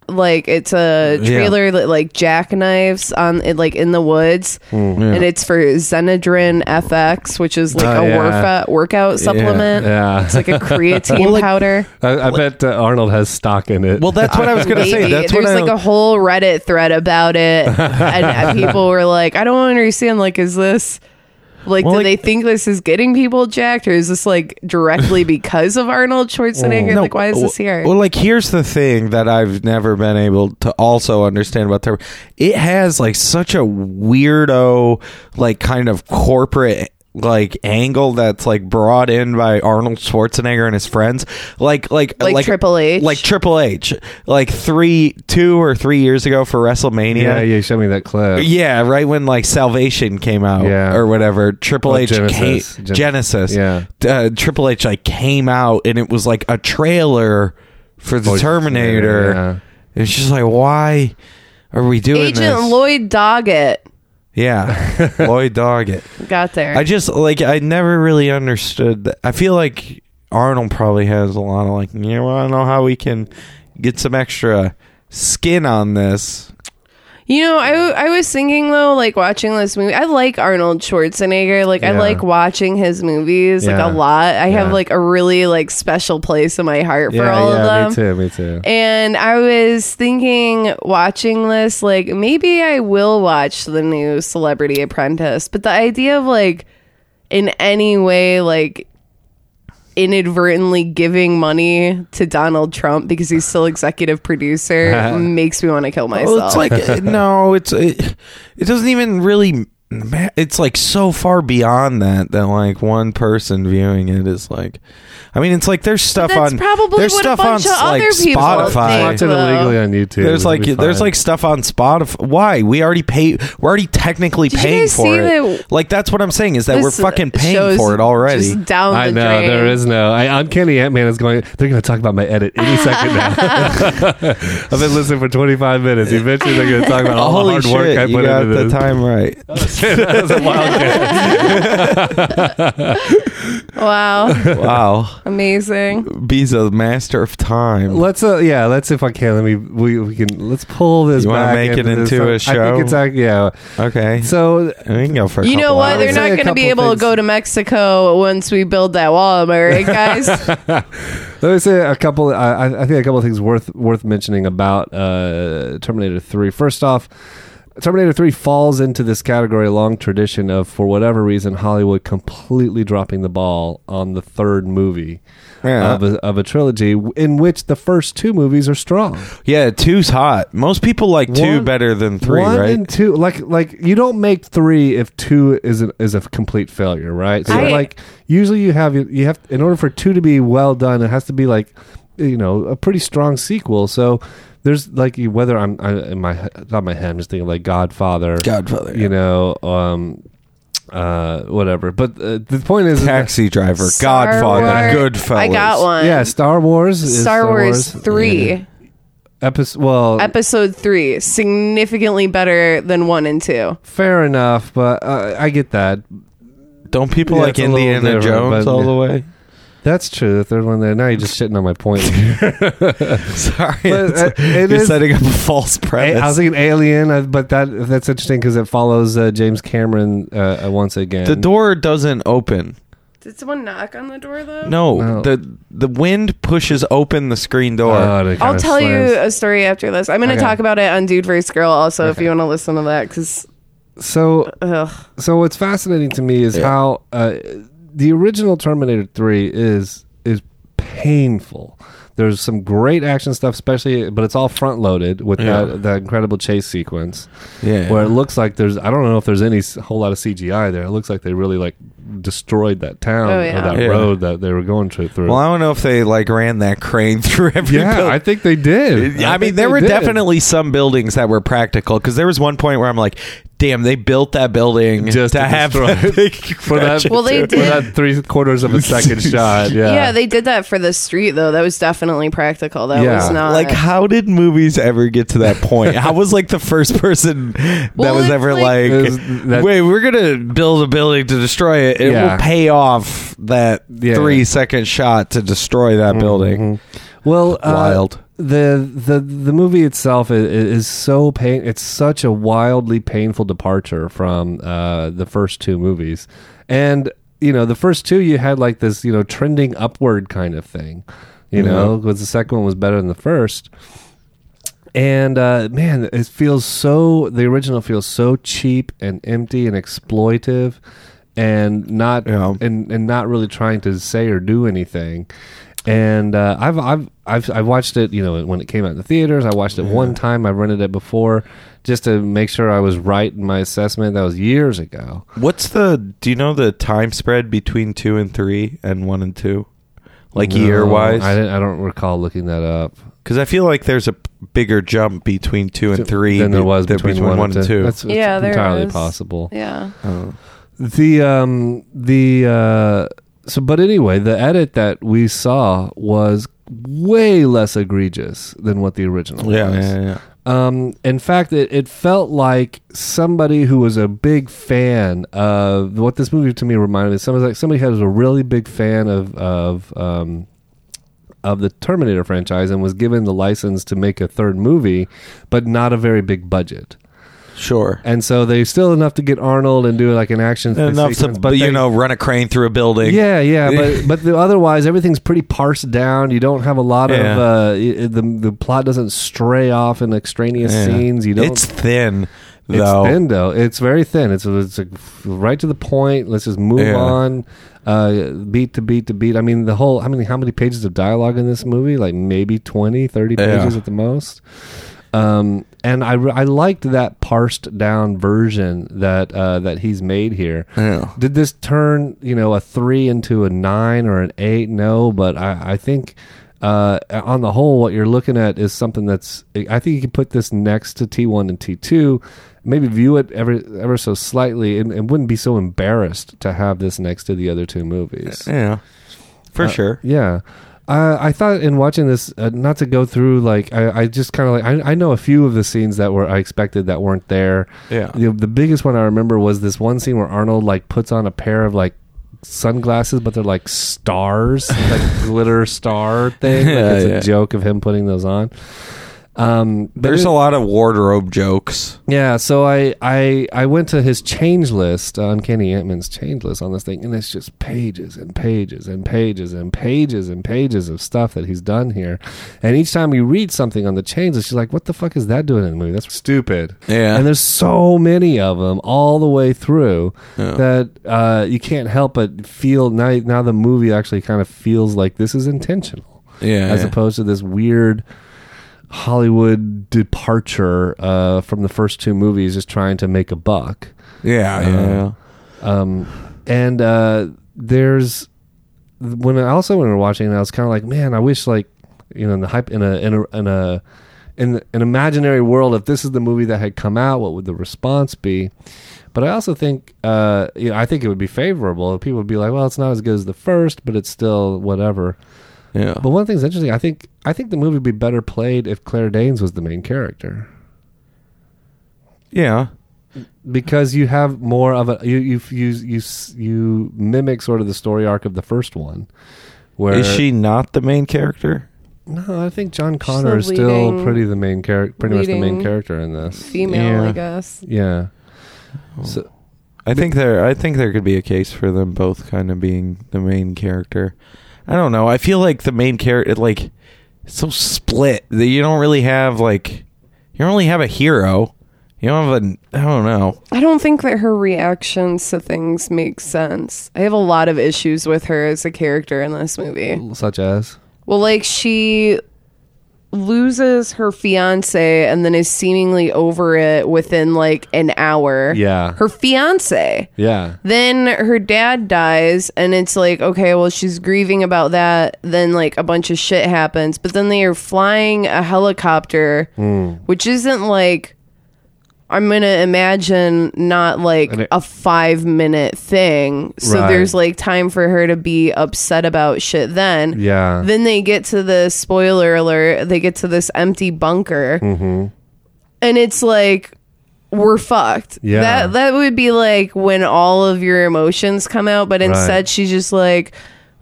Speaker 4: Like it's a
Speaker 3: Yeah.
Speaker 4: trailer that like jackknives on it like in the woods,
Speaker 3: Hmm.
Speaker 4: and it's for Xenadrin FX, which is like
Speaker 2: Oh,
Speaker 4: a
Speaker 2: yeah.
Speaker 4: worfa- workout supplement.
Speaker 2: Yeah.
Speaker 4: It's like a creatine powder.
Speaker 2: I, I bet uh, Arnold has stock in it.
Speaker 3: Well, that's what I was gonna say.
Speaker 4: Maybe.
Speaker 3: That's
Speaker 4: There's
Speaker 3: what I,
Speaker 4: like a whole Reddit thread about it, and people were like, "I don't understand. Like, is this like
Speaker 3: Well,
Speaker 4: do
Speaker 3: like-
Speaker 4: they think this is getting people jacked, or is this like directly because of Arnold Schwarzenegger? like, why is this
Speaker 3: well-
Speaker 4: here?
Speaker 3: Well, like here's the thing that I've never been able to also understand about Terminator. It has like such a weirdo, like kind of corporate like angle that's like brought in by Arnold Schwarzenegger and his friends. Like like
Speaker 4: Like Triple H?
Speaker 3: Like Triple H. Like three two or three years ago for WrestleMania.
Speaker 2: yeah, you showed me that clip.
Speaker 3: Yeah, right when like Salvation came out
Speaker 2: Yeah.
Speaker 3: or whatever, Triple
Speaker 2: Oh,
Speaker 3: H
Speaker 2: Genesis.
Speaker 3: Genesis.
Speaker 2: Gen-
Speaker 3: Genesis.
Speaker 2: Yeah.
Speaker 3: Uh, Triple H like came out and it was like a trailer for the
Speaker 2: Oh,
Speaker 3: Terminator.
Speaker 2: yeah.
Speaker 3: It's just like why are we doing
Speaker 4: Agent
Speaker 3: this?
Speaker 4: Lloyd Doggett
Speaker 3: yeah. Lloyd Doggett.
Speaker 4: got there.
Speaker 3: I just like I never really understood that. I feel like Arnold probably has a lot of like, you know, I don't know how we can get some extra skin on this.
Speaker 4: You know, I, w- I was thinking though, like watching this movie, I like Arnold Schwarzenegger. Like, I
Speaker 2: Yeah.
Speaker 4: like watching his movies
Speaker 2: Yeah.
Speaker 4: like a lot. I have
Speaker 2: Yeah.
Speaker 4: like a really like special place in my heart for
Speaker 2: yeah,
Speaker 4: all
Speaker 2: yeah,
Speaker 4: of them.
Speaker 2: me too, me too.
Speaker 4: And I was thinking, watching this, like maybe I will watch the new Celebrity Apprentice, but the idea of like in any way, like inadvertently giving money to Donald Trump because he's still executive producer makes me want to kill myself.
Speaker 3: Well, Oh, it's like uh, no, it's it, it doesn't even really. ma- It's like so far beyond that that like one person viewing it is like, I mean, it's like there's stuff
Speaker 4: that's
Speaker 3: on
Speaker 4: probably
Speaker 3: there's
Speaker 4: what a
Speaker 3: stuff
Speaker 4: bunch
Speaker 3: on
Speaker 4: of
Speaker 3: like
Speaker 4: other people
Speaker 3: Spotify.
Speaker 4: think.
Speaker 2: Watch it
Speaker 4: Well,
Speaker 2: illegally on YouTube.
Speaker 3: There's
Speaker 2: It'll
Speaker 3: like
Speaker 2: be
Speaker 3: there's
Speaker 2: fine.
Speaker 3: like stuff on Spotify. Why we already pay? We're already technically
Speaker 4: Did you
Speaker 3: paying
Speaker 4: guys
Speaker 3: for
Speaker 4: see
Speaker 3: it.
Speaker 4: that-
Speaker 3: Like that's what I'm saying is that we're
Speaker 4: This
Speaker 3: fucking paying
Speaker 4: show's
Speaker 3: for it already.
Speaker 4: Just down Oh, the
Speaker 2: I know
Speaker 4: drain.
Speaker 2: there is no. I, Uncanny Ant Man is going. They're going to talk about my edit any second now. I've been listening for 25 minutes. Eventually, they're going to talk about all
Speaker 3: Holy
Speaker 2: Oh, the hard
Speaker 3: shit!
Speaker 2: work I
Speaker 3: you
Speaker 2: put
Speaker 3: got
Speaker 2: into
Speaker 3: the
Speaker 2: this.
Speaker 3: time right.
Speaker 2: that was a wild guess.
Speaker 4: Wow,
Speaker 3: wow,
Speaker 4: amazing.
Speaker 3: B's a master of time.
Speaker 2: Let's uh, yeah. Let's if I can. Let me. We, we can. Let's pull this.
Speaker 3: You wanna
Speaker 2: back
Speaker 3: make it
Speaker 2: this.
Speaker 3: into a
Speaker 2: I
Speaker 3: show?
Speaker 2: think it's like yeah.
Speaker 3: Okay,
Speaker 2: So
Speaker 3: we can go for. A
Speaker 4: You know
Speaker 3: couple
Speaker 4: what?
Speaker 3: Hours.
Speaker 4: They're
Speaker 2: Say
Speaker 4: not
Speaker 2: a
Speaker 4: going to be
Speaker 2: couple
Speaker 4: able
Speaker 2: things.
Speaker 4: to go to Mexico once we build that wall. Am I right, guys?
Speaker 2: Let me say a couple. I, I- I think a couple of things worth worth mentioning about uh, Terminator Three. First off, Terminator Three falls into this category, long tradition of for whatever reason Hollywood completely dropping the ball on the third movie
Speaker 3: Yeah.
Speaker 2: of, a, of a trilogy, w- in which the first two movies are strong.
Speaker 3: Yeah, two's hot. Most people like two
Speaker 2: One-
Speaker 3: better than three,
Speaker 2: One
Speaker 3: right?
Speaker 2: and two, like like you don't make three if two is a, is a complete failure, right? So
Speaker 4: I-
Speaker 2: like usually you have you have in order for two to be well done, it has to be like you know a pretty strong sequel. So there's like you- whether I'm I, in my he- not my head, I'm just thinking like Godfather,
Speaker 3: Godfather.
Speaker 2: you know, um, uh, whatever. But uh, the point is, is that-
Speaker 3: Taxi driver,
Speaker 4: Star
Speaker 3: Godfather,
Speaker 4: Wars.
Speaker 3: Goodfellas.
Speaker 4: I got one.
Speaker 2: yeah, Star Wars, is
Speaker 4: Star, Wars, three,
Speaker 2: episode. Well,
Speaker 4: episode three, significantly better than one and two.
Speaker 2: fair enough, but uh, I get that.
Speaker 3: Don't people
Speaker 2: Yeah, it's
Speaker 3: like
Speaker 2: a little
Speaker 3: Indiana
Speaker 2: different,
Speaker 3: Jones
Speaker 2: but-
Speaker 3: all the way?
Speaker 2: That's true. The third one there. Now you're just shitting on my point.
Speaker 3: Sorry,
Speaker 2: But, uh, it
Speaker 3: you're
Speaker 2: is-
Speaker 3: setting up a false
Speaker 2: A-
Speaker 3: premise.
Speaker 2: I was thinking Alien, uh, but that that's interesting because it follows uh, James Cameron uh, uh, once again.
Speaker 3: the door doesn't open.
Speaker 4: Did someone knock on the door though?
Speaker 3: No,
Speaker 2: No.
Speaker 3: the the wind pushes open the screen door.
Speaker 2: Oh, and it
Speaker 4: I'll
Speaker 2: kinda
Speaker 4: tell you
Speaker 2: slams.
Speaker 4: a story after this. I'm going to
Speaker 2: Okay.
Speaker 4: talk about it on Dude vs. Girl also if you want to listen to that because
Speaker 2: So, so what's fascinating to me is how uh, the original Terminator Three is is painful. There's some great action stuff, especially, but it's all front loaded with
Speaker 3: Yeah.
Speaker 2: that, that incredible chase sequence.
Speaker 3: yeah,
Speaker 2: where it looks like there's I don't know if there's any s- whole lot of CGI there. It looks like they really like destroyed that town
Speaker 4: Oh, yeah.
Speaker 2: or that
Speaker 3: Yeah.
Speaker 2: road that they were going tr- through.
Speaker 3: well, I don't know if they like ran that crane through every.
Speaker 2: yeah,
Speaker 3: building.
Speaker 2: I think they did.
Speaker 3: I, mean,
Speaker 2: think
Speaker 3: there
Speaker 2: they
Speaker 3: were
Speaker 2: did.
Speaker 3: definitely some buildings that were practical because there was one point where I'm like, "Damn, they built that building
Speaker 2: Just
Speaker 3: to,
Speaker 2: to
Speaker 3: have
Speaker 2: destroy
Speaker 3: that
Speaker 2: it."
Speaker 3: big
Speaker 2: for that.
Speaker 4: Well, they
Speaker 2: for
Speaker 4: did.
Speaker 2: that three quarters of a second shot. Yeah,
Speaker 4: yeah. they did that for the street though. That was definitely practical. That
Speaker 2: Yeah.
Speaker 4: was not
Speaker 3: Like, how did movies ever get to that point? I was like the first person that
Speaker 4: Well,
Speaker 3: was
Speaker 4: it's
Speaker 3: ever like,
Speaker 4: like-
Speaker 2: Is that-
Speaker 3: wait, we're gonna build a building to destroy it. It
Speaker 2: Yeah.
Speaker 3: will pay off that
Speaker 2: Yeah.
Speaker 3: three second shot to destroy that building.
Speaker 2: Well, uh,
Speaker 3: Wild.
Speaker 2: The the the movie itself is, is so pain. It's such a wildly painful departure from uh, the first two movies, and you know the first two you had like this you know trending upward kind of thing, you know, because the second one was better than the first. And uh, man, it feels so. The original feels so cheap and empty and exploitive, and not
Speaker 3: Yeah.
Speaker 2: and and not really trying to say or do anything. And uh, I've I've I've I watched it, you know, when it came out in the theaters. I watched it one time. I rented it before just to make sure I was right in my assessment. That was years ago.
Speaker 3: What's the? Do you know the time spread between two and three and one and two, like
Speaker 2: No,
Speaker 3: year wise?
Speaker 2: I didn't, I don't recall looking that up.
Speaker 3: Because I feel like there's a p- bigger jump between two and three
Speaker 2: than there was
Speaker 3: than
Speaker 2: between, one, and two. That's, that's
Speaker 4: Yeah, there
Speaker 2: entirely
Speaker 4: was.
Speaker 2: possible.
Speaker 4: yeah.
Speaker 2: the um the uh so but anyway the edit that we saw was way less egregious than what the original
Speaker 3: yeah,
Speaker 2: was
Speaker 3: yeah, yeah.
Speaker 2: um in fact it, it felt like somebody who was a big fan of what this movie to me reminded me of somebody like somebody who was a really big fan of of um of the Terminator franchise and was given the license to make a third movie, but not a very big budget.
Speaker 3: Sure.
Speaker 2: And so they still enough to get Arnold and do like an action
Speaker 3: Enough
Speaker 2: sequence,
Speaker 3: to, but you
Speaker 2: they-
Speaker 3: know, run a crane through a building.
Speaker 2: Yeah, yeah, but but the, otherwise everything's pretty parsed down. You don't have a lot
Speaker 3: Yeah.
Speaker 2: of uh, i- i- the the plot doesn't stray off in extraneous
Speaker 3: Yeah.
Speaker 2: scenes. You don't.
Speaker 3: It's thin,
Speaker 2: It's
Speaker 3: though.
Speaker 2: thin though. It's very thin. It's it's like, right to the point. Let's just move
Speaker 3: Yeah.
Speaker 2: on, uh, beat to beat to beat. I mean, the whole. How many how many pages of dialogue in this movie? Like maybe 20, 30
Speaker 3: Yeah.
Speaker 2: pages at the most. Um, and I, re- I liked that parsed down version that uh, that he's made here.
Speaker 3: Yeah.
Speaker 2: Did this turn, you know, a three into a nine or an eight? No, but I, I think uh, on the whole, what you're looking at is something that's. I think you could put this next to T1 and T2, maybe view it ever ever so slightly, and, and wouldn't be so embarrassed to have this next to the other two movies.
Speaker 3: Yeah. For
Speaker 2: Uh,
Speaker 3: sure.
Speaker 2: Yeah. I I thought in watching this, uh, not to go through like I, I just kind of like I, I know a few of the scenes that were I expected that weren't there.
Speaker 3: Yeah.
Speaker 2: You know, the biggest one I remember was this one scene where Arnold like puts on a pair of like sunglasses, but they're like stars, like glitter star thing.
Speaker 3: Yeah,
Speaker 2: like it's
Speaker 3: yeah.
Speaker 2: a joke of him putting those on. Um, but
Speaker 3: There's
Speaker 2: it-
Speaker 3: a lot of wardrobe jokes.
Speaker 2: yeah, so I I I went to his change list, uh, Uncanny Ant-Man's change list on this thing, and it's just pages and pages and pages and pages and pages of stuff that he's done here. And each time you read something on the change list, you're like, "What the fuck is that doing in the movie? That's stupid."
Speaker 3: Yeah.
Speaker 2: And there's so many of them all the way through
Speaker 3: Yeah.
Speaker 2: that uh, you can't help but feel now. Now the movie actually kind of feels like this is intentional
Speaker 3: yeah.
Speaker 2: as
Speaker 3: yeah.
Speaker 2: opposed to this weird Hollywood departure uh, from the first two movies, just trying to make a buck.
Speaker 3: yeah. Yeah. yeah.
Speaker 2: Um, and uh, there's when I also when we were watching, it, I was kind of like, man, I wish like you know in the hype in a in a in a in an imaginary world, if this is the movie that had come out, what would the response be? But I also think, uh, you know, I think it would be favorable. People would be like, "Well, it's not as good as the first, but it's still whatever."
Speaker 3: yeah.
Speaker 2: But one thing's interesting. I think I think the movie would be better played if Claire Danes was the main character
Speaker 3: yeah.
Speaker 2: because you have more of a you you you you you mimic sort of the story arc of the first one. Where
Speaker 3: Is she not the main character?
Speaker 2: No, I think John Connor is
Speaker 4: the
Speaker 2: still
Speaker 4: leading-
Speaker 2: pretty the main character, pretty much the main
Speaker 4: leading-
Speaker 2: character in this.
Speaker 4: Female,
Speaker 3: Yeah.
Speaker 4: I guess.
Speaker 2: Yeah. So,
Speaker 3: I think there I think there could be a case for them both kind of being the main character. I don't know. I feel like the main character like it's so split that you don't really have like you don't really have a hero. You don't have a I don't know.
Speaker 4: I don't think that her reactions to things make sense. I have a lot of issues with her as a character in this movie.
Speaker 2: such as
Speaker 4: Well, like she loses her fiance and then is seemingly over it within like an hour.
Speaker 2: Yeah.
Speaker 4: Her fiance.
Speaker 2: yeah.
Speaker 4: Then her dad dies and it's like, okay, well she's grieving about that. Then like a bunch of shit happens, but then they are flying a helicopter,
Speaker 2: Hmm.
Speaker 4: which isn't like I'm gonna imagine not like
Speaker 2: And it-
Speaker 4: a five minute thing. So
Speaker 2: Right.
Speaker 4: there's like time for her to be upset about shit then.
Speaker 2: Yeah.
Speaker 4: Then they get to the spoiler alert. They get to this empty bunker,
Speaker 2: Mm-hmm.
Speaker 4: and it's like we're fucked.
Speaker 2: Yeah.
Speaker 4: that that would be like when all of your emotions come out, but instead
Speaker 2: Right.
Speaker 4: she's just like,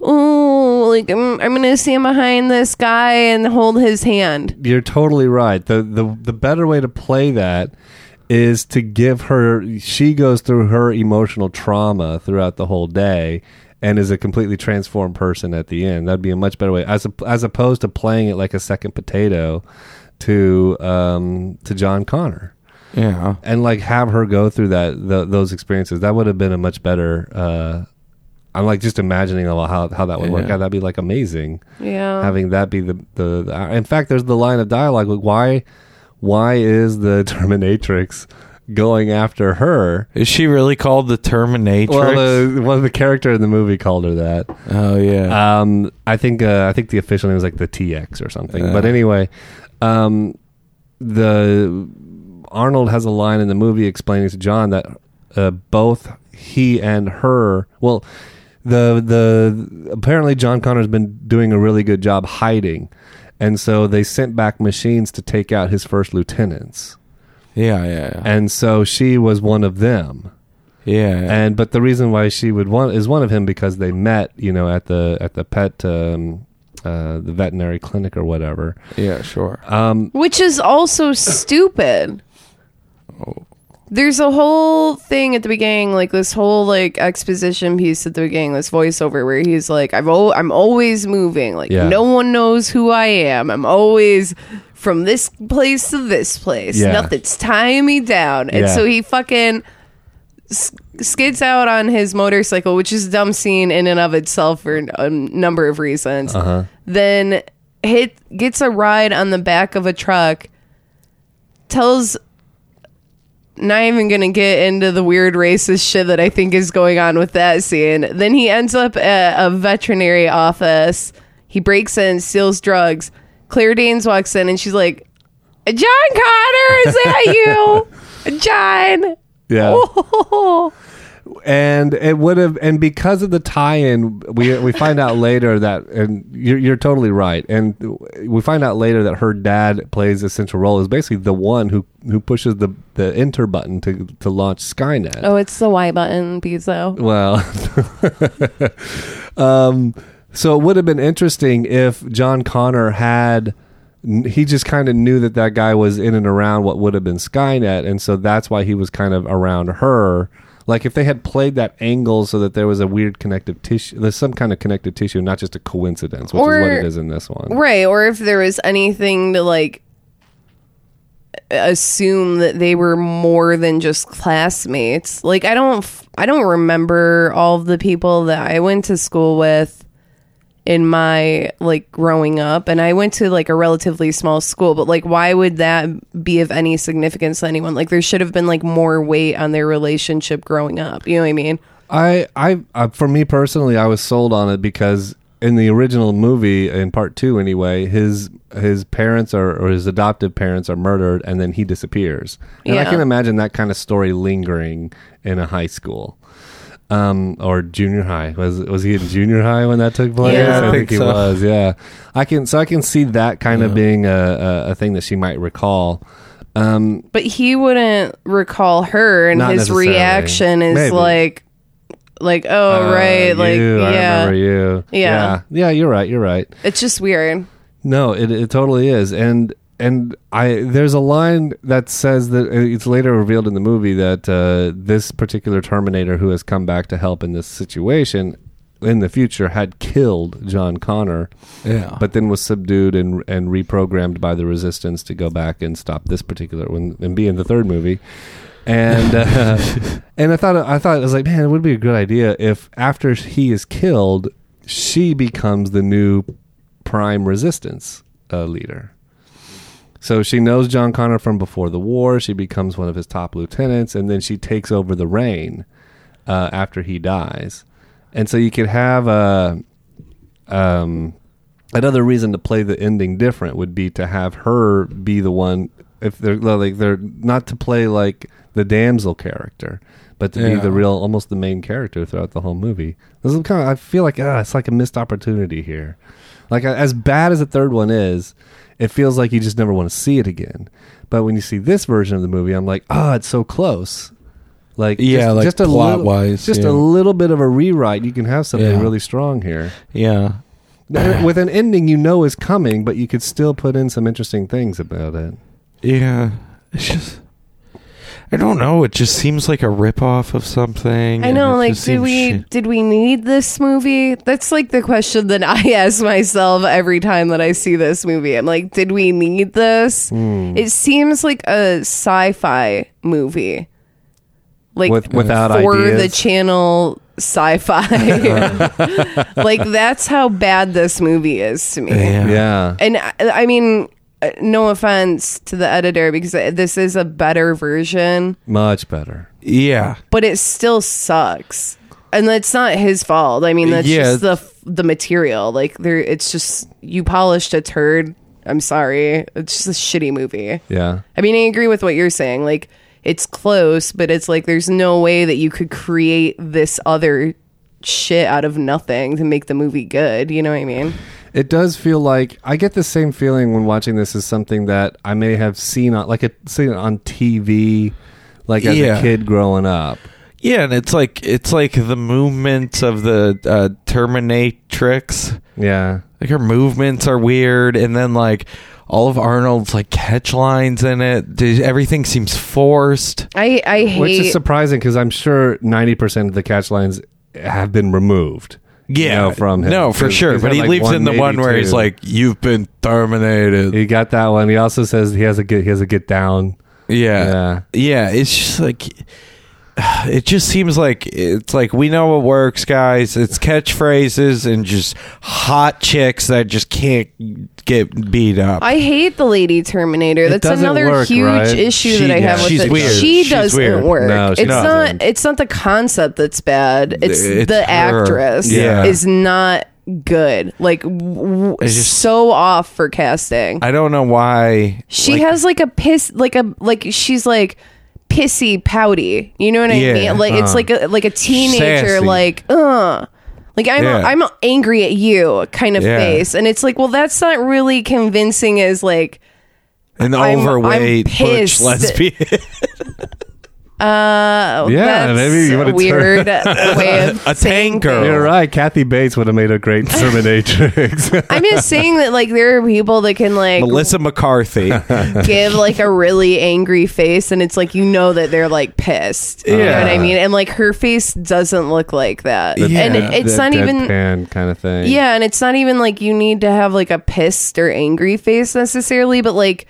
Speaker 4: oh, like I'm, I'm gonna stand behind this guy and hold his hand.
Speaker 2: You're totally right. The the the better way to play that is to give her she goes through her emotional trauma throughout the whole day and is a completely transformed person at the end. That'd be a much better way as op- as opposed to playing it like a second potato to um to John Connor
Speaker 3: Yeah.
Speaker 2: and like have her go through that tho- those experiences. That would have been a much better uh I'm like just imagining how how that would work
Speaker 3: Yeah.
Speaker 2: out. That'd be like amazing
Speaker 4: Yeah,
Speaker 2: having that be the, the the- in fact there's the line of dialogue like why why is the terminatrix going after her
Speaker 3: Is she really called the Terminatrix?
Speaker 2: well the, one of the character in the movie called her that
Speaker 3: oh yeah.
Speaker 2: um i think uh, i think the official name is like the tx or something
Speaker 3: Yeah.
Speaker 2: but anyway um the arnold has a line in the movie explaining to john that uh, both he and her well the the apparently John Connor's been doing a really good job hiding, and so they sent back machines to take out his first lieutenants,
Speaker 3: yeah, yeah, yeah.
Speaker 2: and so she was one of them.
Speaker 3: Yeah. yeah.
Speaker 2: And but the reason why she would want is one of him because they met, you know, at the at the pet um, uh, the veterinary clinic or whatever.
Speaker 3: yeah, sure.
Speaker 2: Um,
Speaker 4: which is also stupid. there's a whole thing at the beginning, like this whole like exposition piece at the beginning, this voiceover where he's like, "I've al- I'm always moving. Like
Speaker 2: Yeah.
Speaker 4: no one knows who I am. I'm always from this place to this place.
Speaker 2: Yeah.
Speaker 4: Nothing's tying me down." And
Speaker 2: Yeah.
Speaker 4: so he fucking s- skids out on his motorcycle, which is a dumb scene in and of itself for a number of reasons. Then hit gets a ride on the back of a truck. Tells not even gonna get into the weird racist shit that I think is going on with that scene. Then he ends up at a veterinary office. He breaks in, steals drugs. Claire Danes walks in and she's like, John Connor, is that you? John.
Speaker 2: Yeah.
Speaker 4: Oh.
Speaker 2: and it would have and because of the tie-in we we find out later that and you're, you're totally right and we find out later that her dad plays a central role is basically the one who who pushes the the enter button to to launch skynet
Speaker 4: Oh, it's the Y button, Bezo.
Speaker 2: well um so it would have been interesting if john connor had he just kind of knew that that guy was in and around what would have been skynet and so that's why he was kind of around her like if they had played that angle so that there was a weird connective tissue there's some kind of connective tissue not just a coincidence which is what
Speaker 4: Or-
Speaker 2: it is in this one
Speaker 4: Right, or if there was anything to like assume that they were more than just classmates. Like I don't f- I don't remember all of the people that I went to school with in my like growing up and I went to like a relatively small school, but like why would that be of any significance to anyone? Like there should have been like more weight on their relationship growing up. You know what I mean?
Speaker 2: I, I, I, for me personally, I was sold on it because in the original movie, in part two anyway, his his parents are or his adoptive parents are murdered, and then he disappears. And I
Speaker 4: Yeah.
Speaker 2: can imagine that kind of story lingering in a high school, um, or junior high. Was was he in junior high when that took place?
Speaker 4: Yeah, I
Speaker 3: think
Speaker 2: he
Speaker 3: so.
Speaker 2: was. Yeah, I can. So I can see that kind of being a, a, a thing that she might recall.
Speaker 4: But he wouldn't recall her, and
Speaker 2: Not
Speaker 4: his
Speaker 2: necessarily.
Speaker 4: reaction is
Speaker 2: Maybe.
Speaker 4: like, like oh
Speaker 2: Uh,
Speaker 4: right, like
Speaker 2: you, I
Speaker 4: yeah,
Speaker 2: remember you.
Speaker 4: Yeah.
Speaker 2: yeah, yeah. You're right. You're right.
Speaker 4: it's just weird.
Speaker 2: No, it, it totally is, and and I there's a line that says that uh, it's later revealed in the movie that uh, this particular Terminator who has come back to help in this situation in the future had killed John Connor,
Speaker 3: Yeah.
Speaker 2: but then was subdued and and reprogrammed by the Resistance to go back and stop this particular one and be in the third movie. And uh, and I thought I thought I was like, man, it would be a good idea if after he is killed, she becomes the new prime resistance uh, leader. So she knows John Connor from before the war. She becomes one of his top lieutenants, and then she takes over the reign uh, after he dies. And so you could have a um, another reason to play the ending different would be to have her be the one if they're well, like they're not to play like the damsel character but to be
Speaker 3: Yeah.
Speaker 2: the real almost the main character throughout the whole movie this is kind of i feel like ah, it's like a missed opportunity here like as bad as the third one is it feels like you just never want to see it again but when you see this version of the movie i'm like ah it's so close like
Speaker 3: Yeah,
Speaker 2: just,
Speaker 3: like
Speaker 2: just a little,
Speaker 3: plot-wise,
Speaker 2: just
Speaker 3: yeah.
Speaker 2: a little bit of a rewrite you can have something
Speaker 3: Yeah.
Speaker 2: really strong here
Speaker 3: yeah.
Speaker 2: with an ending you know is coming, but you could still put in some interesting things about it.
Speaker 3: Yeah. It's just I don't know. It just seems like a ripoff of something.
Speaker 4: I
Speaker 3: and
Speaker 4: know,
Speaker 3: it
Speaker 4: like,
Speaker 3: just
Speaker 4: did
Speaker 3: seems
Speaker 4: we
Speaker 3: shit.
Speaker 4: did we need this movie? That's like the question that I ask myself every time that I see this movie. I'm like, did we need this?
Speaker 2: Hmm.
Speaker 4: It seems like a sci-fi movie, like
Speaker 2: With- without
Speaker 4: for
Speaker 2: ideas.
Speaker 4: the channel sci-fi. like that's how bad this movie is to me.
Speaker 3: Yeah.
Speaker 2: Yeah.
Speaker 4: And I, I mean, uh, no offense to the editor because this is a better version
Speaker 2: Much better.
Speaker 3: Yeah.
Speaker 4: but it still sucks and that's not his fault i mean that's
Speaker 3: Yeah,
Speaker 4: just the the material like there it's just you polished a turd i'm sorry it's just a shitty movie
Speaker 2: Yeah.
Speaker 4: i mean i agree with what you're saying like it's close but it's like there's no way that you could create this other shit out of nothing to make the movie good you know what i mean
Speaker 2: It does feel like I get the same feeling when watching this as something that I may have seen on like a seen it on TV like as a
Speaker 3: Yeah.
Speaker 2: kid growing up.
Speaker 3: Yeah, and it's like it's like the movements of the uh, Terminatrix.
Speaker 2: Yeah.
Speaker 3: Like her movements are weird, and then like all of Arnold's like catch lines in it. Did- Everything seems forced.
Speaker 4: I I hate
Speaker 2: which is surprising because I'm sure 90% of the catch lines have been removed. you know, from him.
Speaker 3: No, for
Speaker 2: 'Cause
Speaker 3: sure.
Speaker 2: he's
Speaker 3: But
Speaker 2: had,
Speaker 3: he
Speaker 2: like,
Speaker 3: leaves in the one where
Speaker 2: 182.
Speaker 3: he's like, "You've been terminated."
Speaker 2: he got that one. He also says he has a get he has a get down.
Speaker 3: yeah. yeah, It's just like it just seems like it's like we know what works, guys. It's catchphrases and just hot chicks that just can't get beat up.
Speaker 4: I hate the lady Terminator. That's
Speaker 2: doesn't
Speaker 4: another
Speaker 2: work,
Speaker 4: huge
Speaker 2: right?
Speaker 4: issue
Speaker 3: She-
Speaker 4: that I
Speaker 3: yeah,
Speaker 4: have with
Speaker 3: she's
Speaker 4: it.
Speaker 3: weird.
Speaker 4: She
Speaker 3: She's
Speaker 4: doesn't
Speaker 3: weird.
Speaker 4: work.
Speaker 2: No, she
Speaker 4: it's
Speaker 2: doesn't.
Speaker 4: not. It's not the concept that's bad. It's,
Speaker 3: It's
Speaker 4: the
Speaker 3: her.
Speaker 4: actress
Speaker 3: Yeah.
Speaker 4: is not good. Like w-
Speaker 3: It's just-
Speaker 4: so off for casting.
Speaker 3: I don't know why.
Speaker 4: she
Speaker 3: like,
Speaker 4: has like a piss. Like a like she's like pissy pouty. You know what I
Speaker 3: Yeah, uh-huh.
Speaker 4: mean? Like it's like a like a teenager.
Speaker 3: Sassy.
Speaker 4: Like uh. Like I'm,
Speaker 3: Yeah.
Speaker 4: I'm angry at you kind of
Speaker 3: Yeah.
Speaker 4: face, and it's like, well, that's not really convincing as like
Speaker 3: an
Speaker 4: I'm- I'm
Speaker 3: overweight butch
Speaker 4: pissed.
Speaker 3: lesbian.
Speaker 2: yeah,
Speaker 4: Oh, That's
Speaker 2: maybe you want
Speaker 4: a
Speaker 2: to turn.
Speaker 4: weird way of
Speaker 3: A
Speaker 4: saying
Speaker 3: tanker.
Speaker 4: things.
Speaker 2: You're right. Kathy Bates would have made a great Terminatrix.
Speaker 4: I'm just saying that like there are people that can like
Speaker 3: Melissa McCarthy.
Speaker 4: give like a really angry face, and it's like you know that they're like pissed. You know
Speaker 2: Yeah.
Speaker 4: what I mean? And like her face doesn't look like that,
Speaker 3: Yeah.
Speaker 4: and it- it's not even.
Speaker 2: kind of thing.
Speaker 4: Yeah, and it's not even like you need to have like a pissed or angry face necessarily, but like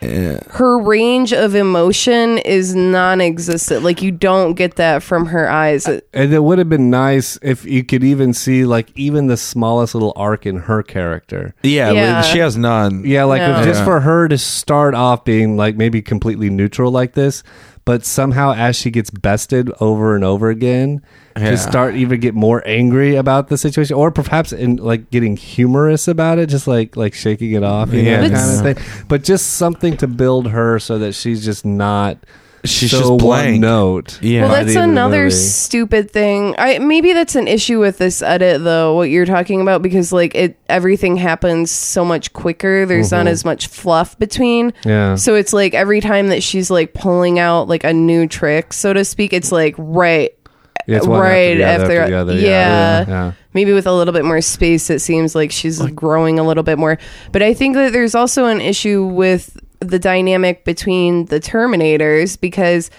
Speaker 4: her range of emotion is non existent. Like you don't get that from her eyes.
Speaker 2: And it would have been nice if you could even see like even the smallest little arc in her character.
Speaker 3: yeah, like,
Speaker 4: Yeah.
Speaker 3: she has none.
Speaker 2: Yeah, like
Speaker 4: No.
Speaker 2: just
Speaker 3: Yeah.
Speaker 2: for her to start off being like maybe completely neutral like this, but somehow as she gets bested over and over again,
Speaker 3: Yeah.
Speaker 2: to start even get more angry about the situation, or perhaps in like getting humorous about it, just like like shaking it off, you
Speaker 3: Yeah.
Speaker 2: know,
Speaker 4: But
Speaker 2: kind
Speaker 4: s-
Speaker 2: of thing. But just something to build her so that she's just not
Speaker 3: She's
Speaker 2: so
Speaker 3: just blank.
Speaker 2: one note.
Speaker 3: Yeah.
Speaker 4: Well,
Speaker 2: by
Speaker 4: that's
Speaker 2: the end of the
Speaker 4: another
Speaker 2: movie.
Speaker 4: stupid thing. I maybe that's an issue with this edit though. What you're talking about because like it everything happens so much quicker. There's not as much fluff between.
Speaker 2: yeah.
Speaker 4: So it's like every time that she's like pulling out like a new trick, so to speak, it's like right
Speaker 2: Yeah, it's one
Speaker 4: right
Speaker 2: after the other,
Speaker 4: after-
Speaker 2: after the other.
Speaker 4: yeah.
Speaker 2: yeah.
Speaker 4: maybe with a little bit more space it seems like she's growing a little bit more but i think that there's also an issue with the dynamic between the terminators because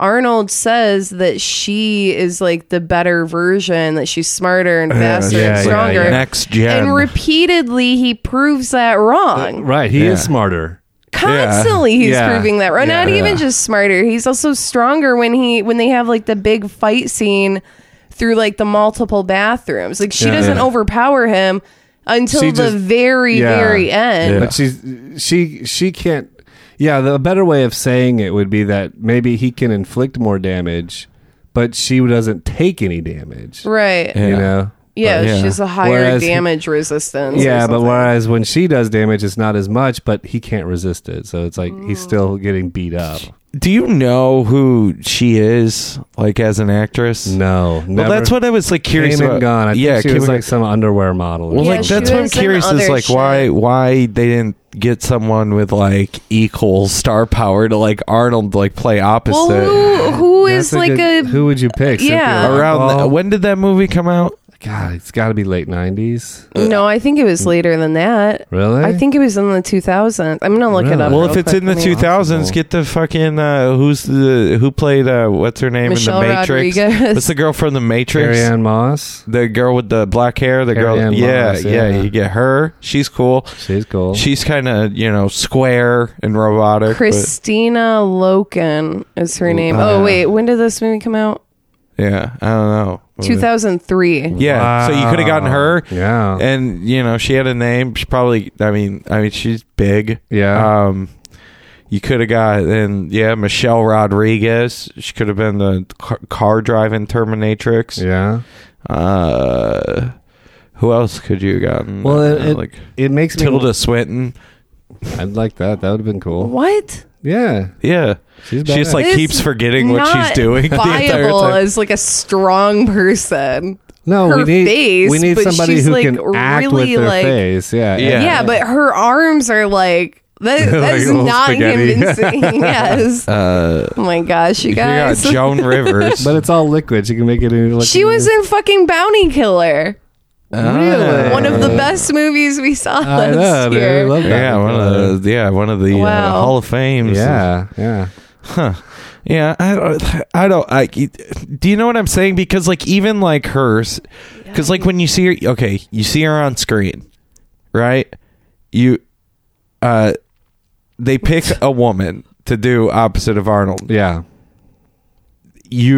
Speaker 4: arnold says that she is like the better version that she's smarter and faster
Speaker 2: yeah,
Speaker 4: and
Speaker 2: yeah,
Speaker 4: stronger
Speaker 2: yeah.
Speaker 3: Next gen.
Speaker 4: and repeatedly he proves that wrong
Speaker 2: Right, he
Speaker 3: Yeah.
Speaker 2: is smarter.
Speaker 4: constantly he's
Speaker 2: Yeah.
Speaker 4: proving that wrong not
Speaker 2: Yeah.
Speaker 4: even just smarter he's also stronger when he when they have like the big fight scene through like the multiple bathrooms like she
Speaker 2: Yeah.
Speaker 4: doesn't
Speaker 2: Yeah.
Speaker 4: overpower him until
Speaker 2: She
Speaker 4: the
Speaker 2: just-
Speaker 4: very
Speaker 2: yeah.
Speaker 4: very end
Speaker 2: But she's she she can't. Yeah, the better way of saying it would be that maybe he can inflict more damage, but she doesn't take any damage.
Speaker 4: right yeah,
Speaker 2: You know.
Speaker 3: yeah.
Speaker 4: she's a higher
Speaker 2: Whereas he-
Speaker 4: damage resistance or
Speaker 2: Yeah, but
Speaker 4: something.
Speaker 2: whereas when she does damage, it's not as much, but he can't resist it. So it's like he's
Speaker 4: Mm.
Speaker 2: still getting beat up.
Speaker 3: Do you know who she is, like as an actress?
Speaker 2: No,
Speaker 3: Well,
Speaker 2: never.
Speaker 3: that's what I was like curious
Speaker 2: came
Speaker 3: about.
Speaker 2: and gone. I
Speaker 3: yeah,
Speaker 2: think she
Speaker 3: came
Speaker 2: was
Speaker 3: and-
Speaker 2: like some underwear model. or
Speaker 3: well,
Speaker 4: Yeah,
Speaker 3: like
Speaker 4: she
Speaker 2: something.
Speaker 3: that's what I'm
Speaker 4: was in
Speaker 3: curious is
Speaker 4: other
Speaker 3: like why
Speaker 4: shit.
Speaker 3: why they didn't get someone with like equal star power to like Arnold to, like play opposite.
Speaker 4: well who who
Speaker 2: That's
Speaker 4: is like
Speaker 2: good-
Speaker 4: a
Speaker 2: who would you pick? Cynthia
Speaker 4: Yeah.
Speaker 3: Around the,
Speaker 2: Rothwell?
Speaker 3: when did that movie come out?
Speaker 2: God, it's got to be late nineties.
Speaker 4: no i think it was later than that
Speaker 2: uh, Really?
Speaker 4: i think it was in the 2000s i'm gonna look it
Speaker 2: Really?
Speaker 4: up
Speaker 2: Well,
Speaker 3: Well,
Speaker 4: real
Speaker 3: if it's
Speaker 4: quick.
Speaker 3: in the
Speaker 4: Let me-
Speaker 3: 2000s, get the fucking uh, who's the who played uh, what's her name
Speaker 4: Michelle
Speaker 3: in the Matrix?
Speaker 4: Rodriguez.
Speaker 3: What's the girl from the Matrix?
Speaker 2: Carrie Ann Moss.
Speaker 3: The girl with the black hair. The girl.
Speaker 2: Carrie Ann
Speaker 3: yeah,
Speaker 2: Moss,
Speaker 3: yeah,
Speaker 2: yeah.
Speaker 3: You get her. She's cool.
Speaker 2: She's cool.
Speaker 3: She's kind of you know square and robotic. but-
Speaker 4: Christina Loken is her name.
Speaker 3: uh,
Speaker 4: oh wait, when did this movie come out?
Speaker 3: yeah, I don't know.
Speaker 4: 2003.
Speaker 3: Yeah, so you could have gotten her.
Speaker 2: Yeah.
Speaker 3: and you know she had a name she probably i mean i mean she's big
Speaker 2: Yeah.
Speaker 3: um you could have got and yeah michelle rodriguez she could have been the car, car driving terminatrix
Speaker 2: yeah.
Speaker 3: uh who else could you have gotten
Speaker 2: Well,
Speaker 3: Uh,
Speaker 2: it, it,
Speaker 3: like
Speaker 2: it makes me.
Speaker 3: tilda swinton
Speaker 2: I'd like that. That would have been cool.
Speaker 4: What?
Speaker 2: Yeah.
Speaker 3: yeah
Speaker 2: She's
Speaker 3: she just
Speaker 2: badass.
Speaker 3: like
Speaker 4: It's
Speaker 3: keeps forgetting what she's
Speaker 4: Not
Speaker 3: doing the entire
Speaker 4: Viable
Speaker 3: time
Speaker 4: as like a strong person.
Speaker 2: no.
Speaker 4: her
Speaker 2: we need
Speaker 4: face,
Speaker 2: we need
Speaker 4: but
Speaker 2: somebody
Speaker 4: she's,
Speaker 2: who
Speaker 4: like,
Speaker 2: can act with
Speaker 4: really,
Speaker 2: their
Speaker 4: like-
Speaker 2: face. Yeah.
Speaker 3: Yeah.
Speaker 4: Yeah, but her arms are like that.
Speaker 2: Like
Speaker 4: That's
Speaker 2: little
Speaker 4: not
Speaker 2: spaghetti.
Speaker 4: convincing. yes.
Speaker 3: uh
Speaker 4: Oh my gosh, you
Speaker 3: you got
Speaker 4: guys.
Speaker 3: joan rivers
Speaker 2: But it's all liquid. She can make it into like.
Speaker 4: she was in fucking Bounty Killer.
Speaker 2: Really?
Speaker 4: One of the best movies we saw
Speaker 2: I
Speaker 4: last
Speaker 2: know, dude.
Speaker 4: year.
Speaker 2: I love that.
Speaker 3: Yeah, one of the yeah one of the uh,
Speaker 4: Wow.
Speaker 3: Hall of Fames.
Speaker 2: Yeah, yeah.
Speaker 3: Huh. Yeah, I don't. I don't. I do you know what I'm saying? Because like even like hers, because like when you see her, okay, you see her on screen, right? You, uh, they pick a woman to do opposite of Arnold.
Speaker 2: Yeah.
Speaker 3: You.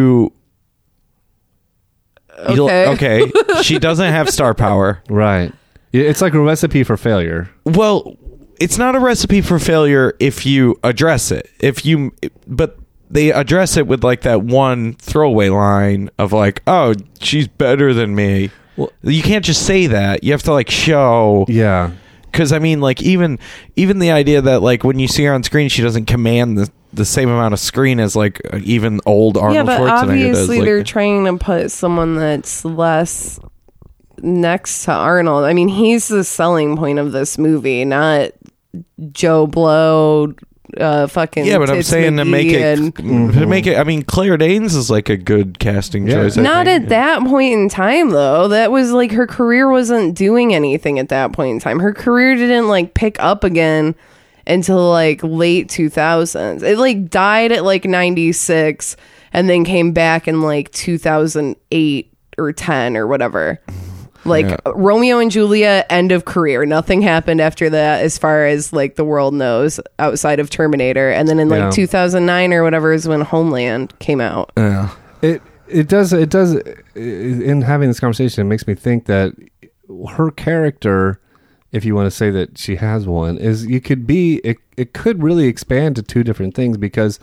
Speaker 3: you'll-
Speaker 4: Okay.
Speaker 3: okay. She doesn't have star power.
Speaker 2: Right. Yeah, It's like a recipe for failure.
Speaker 3: Well, it's not a recipe for failure if you address it. If you, but they address it with like that one throwaway line of like, "Oh, she's better than me."
Speaker 2: Well-
Speaker 3: you can't just say that. You have to like show.
Speaker 2: Yeah.
Speaker 3: Because I mean, like even even the idea that like when you see her on screen, she doesn't command the the same amount of screen as like even old Arnold
Speaker 4: yeah, but
Speaker 3: Schwarzenegger
Speaker 4: obviously
Speaker 3: does.
Speaker 4: they're
Speaker 3: like,
Speaker 4: trying to put someone that's less next to Arnold. I mean, he's the selling point of this movie, not Joe Blow. Uh, fucking
Speaker 3: yeah, but I'm
Speaker 4: Tits
Speaker 3: saying to
Speaker 4: McGee
Speaker 3: make it
Speaker 4: and-
Speaker 3: to make it. I mean, Claire Danes is like a good casting
Speaker 2: Yeah.
Speaker 3: choice. I
Speaker 4: Not
Speaker 3: think.
Speaker 4: at that point in time, though. That was like her career wasn't doing anything at that point in time. Her career didn't like pick up again until like late 2000s. It like died at like 96 and then came back in like 2008 or 10 or whatever. Like Romeo and Juliet, end of career. Nothing happened after that, as far as like the world knows, outside of Terminator. And then in like
Speaker 2: Yeah.
Speaker 4: 2009 or whatever is when Homeland came out.
Speaker 3: Yeah.
Speaker 2: It it does it does i- i- in having this conversation it makes me think that her character if you want to say that she has one is you could be it, it could really expand to two different things because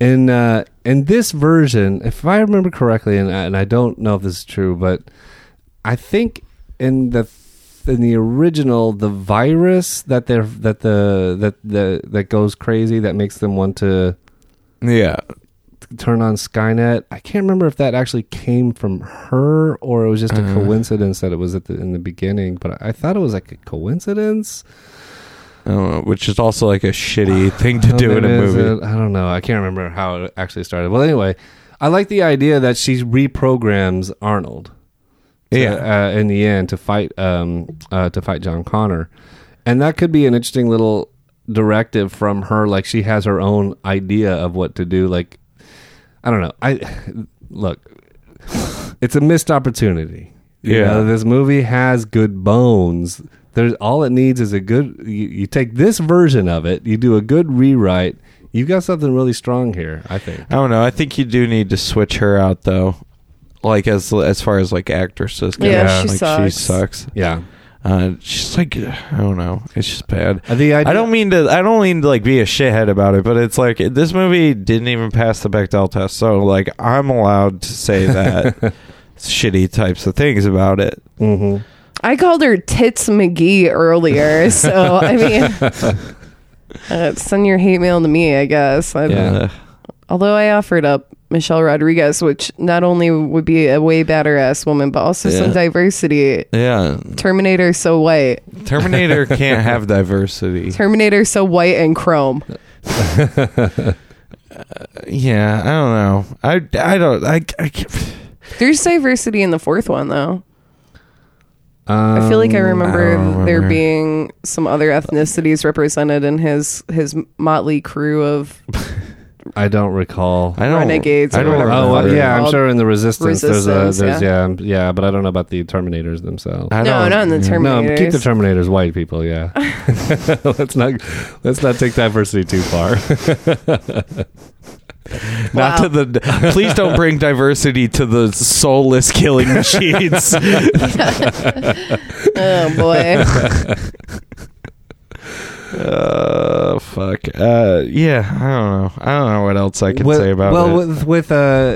Speaker 2: in uh in this version if I remember correctly and I, and I don't know if this is true but I think in the in the original the virus that they're that the that the that goes crazy that makes them want to
Speaker 3: Yeah.
Speaker 2: turn on Skynet. I can't remember if that actually came from her or it was just a
Speaker 3: Uh.
Speaker 2: coincidence that it was at the, in the beginning. But I thought it was like a coincidence.
Speaker 3: I don't know, Oh, which is also like a shitty thing to
Speaker 2: Oh,
Speaker 3: do in a
Speaker 2: maybe is
Speaker 3: movie.
Speaker 2: it? I don't know. I can't remember how it actually started. Well, anyway, I like the idea that she reprograms Arnold. to,
Speaker 3: Yeah.
Speaker 2: uh, in the end, to fight um, uh, to fight John Connor, and that could be an interesting little directive from her. Like she has her own idea of what to do. Like I don't know. I look. It's a missed opportunity. You
Speaker 3: Yeah.
Speaker 2: know, this movie has good bones. There's all it needs is a good. You, you take this version of it, you do a good rewrite. You've got something really strong here, I think.
Speaker 3: I don't know. I think you do need to switch her out though. Like as as far as like actresses go.
Speaker 4: Yeah, she
Speaker 3: like she
Speaker 4: sucks.
Speaker 3: sucks.
Speaker 2: Yeah,
Speaker 3: Uh, she's like I don't know. It's just bad.
Speaker 2: Uh, the idea.
Speaker 3: I don't mean to. I don't mean to like be a shithead about it, but it's like this movie didn't even pass the Bechdel test, so like I'm allowed to say that shitty types of things about it.
Speaker 2: Mhm.
Speaker 4: I called her Tits McGee earlier, so I mean, uh, send your hate mail to me, I guess. I
Speaker 2: Yeah.
Speaker 3: Uh,
Speaker 4: Although I offered up Michelle Rodriguez, which not only would be a way better ass woman, but also
Speaker 3: Yeah.
Speaker 4: some diversity.
Speaker 3: yeah.
Speaker 4: Terminator so white,
Speaker 3: Terminator can't have diversity.
Speaker 4: Terminator so white and chrome.
Speaker 3: Yeah, I don't know. I I don't I, I can't-
Speaker 4: There's diversity in the fourth one though. I feel like I
Speaker 2: Um,
Speaker 4: remember,
Speaker 3: don't
Speaker 4: there
Speaker 3: remember.
Speaker 4: being some other ethnicities represented in his his motley crew of
Speaker 2: I don't recall.
Speaker 3: I don't
Speaker 4: Renegades
Speaker 3: I
Speaker 4: or
Speaker 3: don't
Speaker 4: whatever.
Speaker 2: Oh
Speaker 3: remember.
Speaker 2: well, yeah, I'm
Speaker 4: Called
Speaker 2: sure in the Resistance, there's
Speaker 4: Resistance,
Speaker 2: a there's yeah. um, yeah, but I don't know about the Terminators themselves.
Speaker 3: I
Speaker 4: no,
Speaker 3: don't-
Speaker 4: not in the
Speaker 2: No,
Speaker 4: Terminator.
Speaker 2: keep the Terminators white people. Yeah, let's not let's not take diversity too far.
Speaker 3: Not to the. Please don't bring diversity to the soulless killing machines.
Speaker 4: oh boy.
Speaker 3: uh, fuck. Uh, yeah, I don't know. I don't know what else I can
Speaker 2: well,
Speaker 3: say about
Speaker 2: well,
Speaker 3: it.
Speaker 2: with with uh,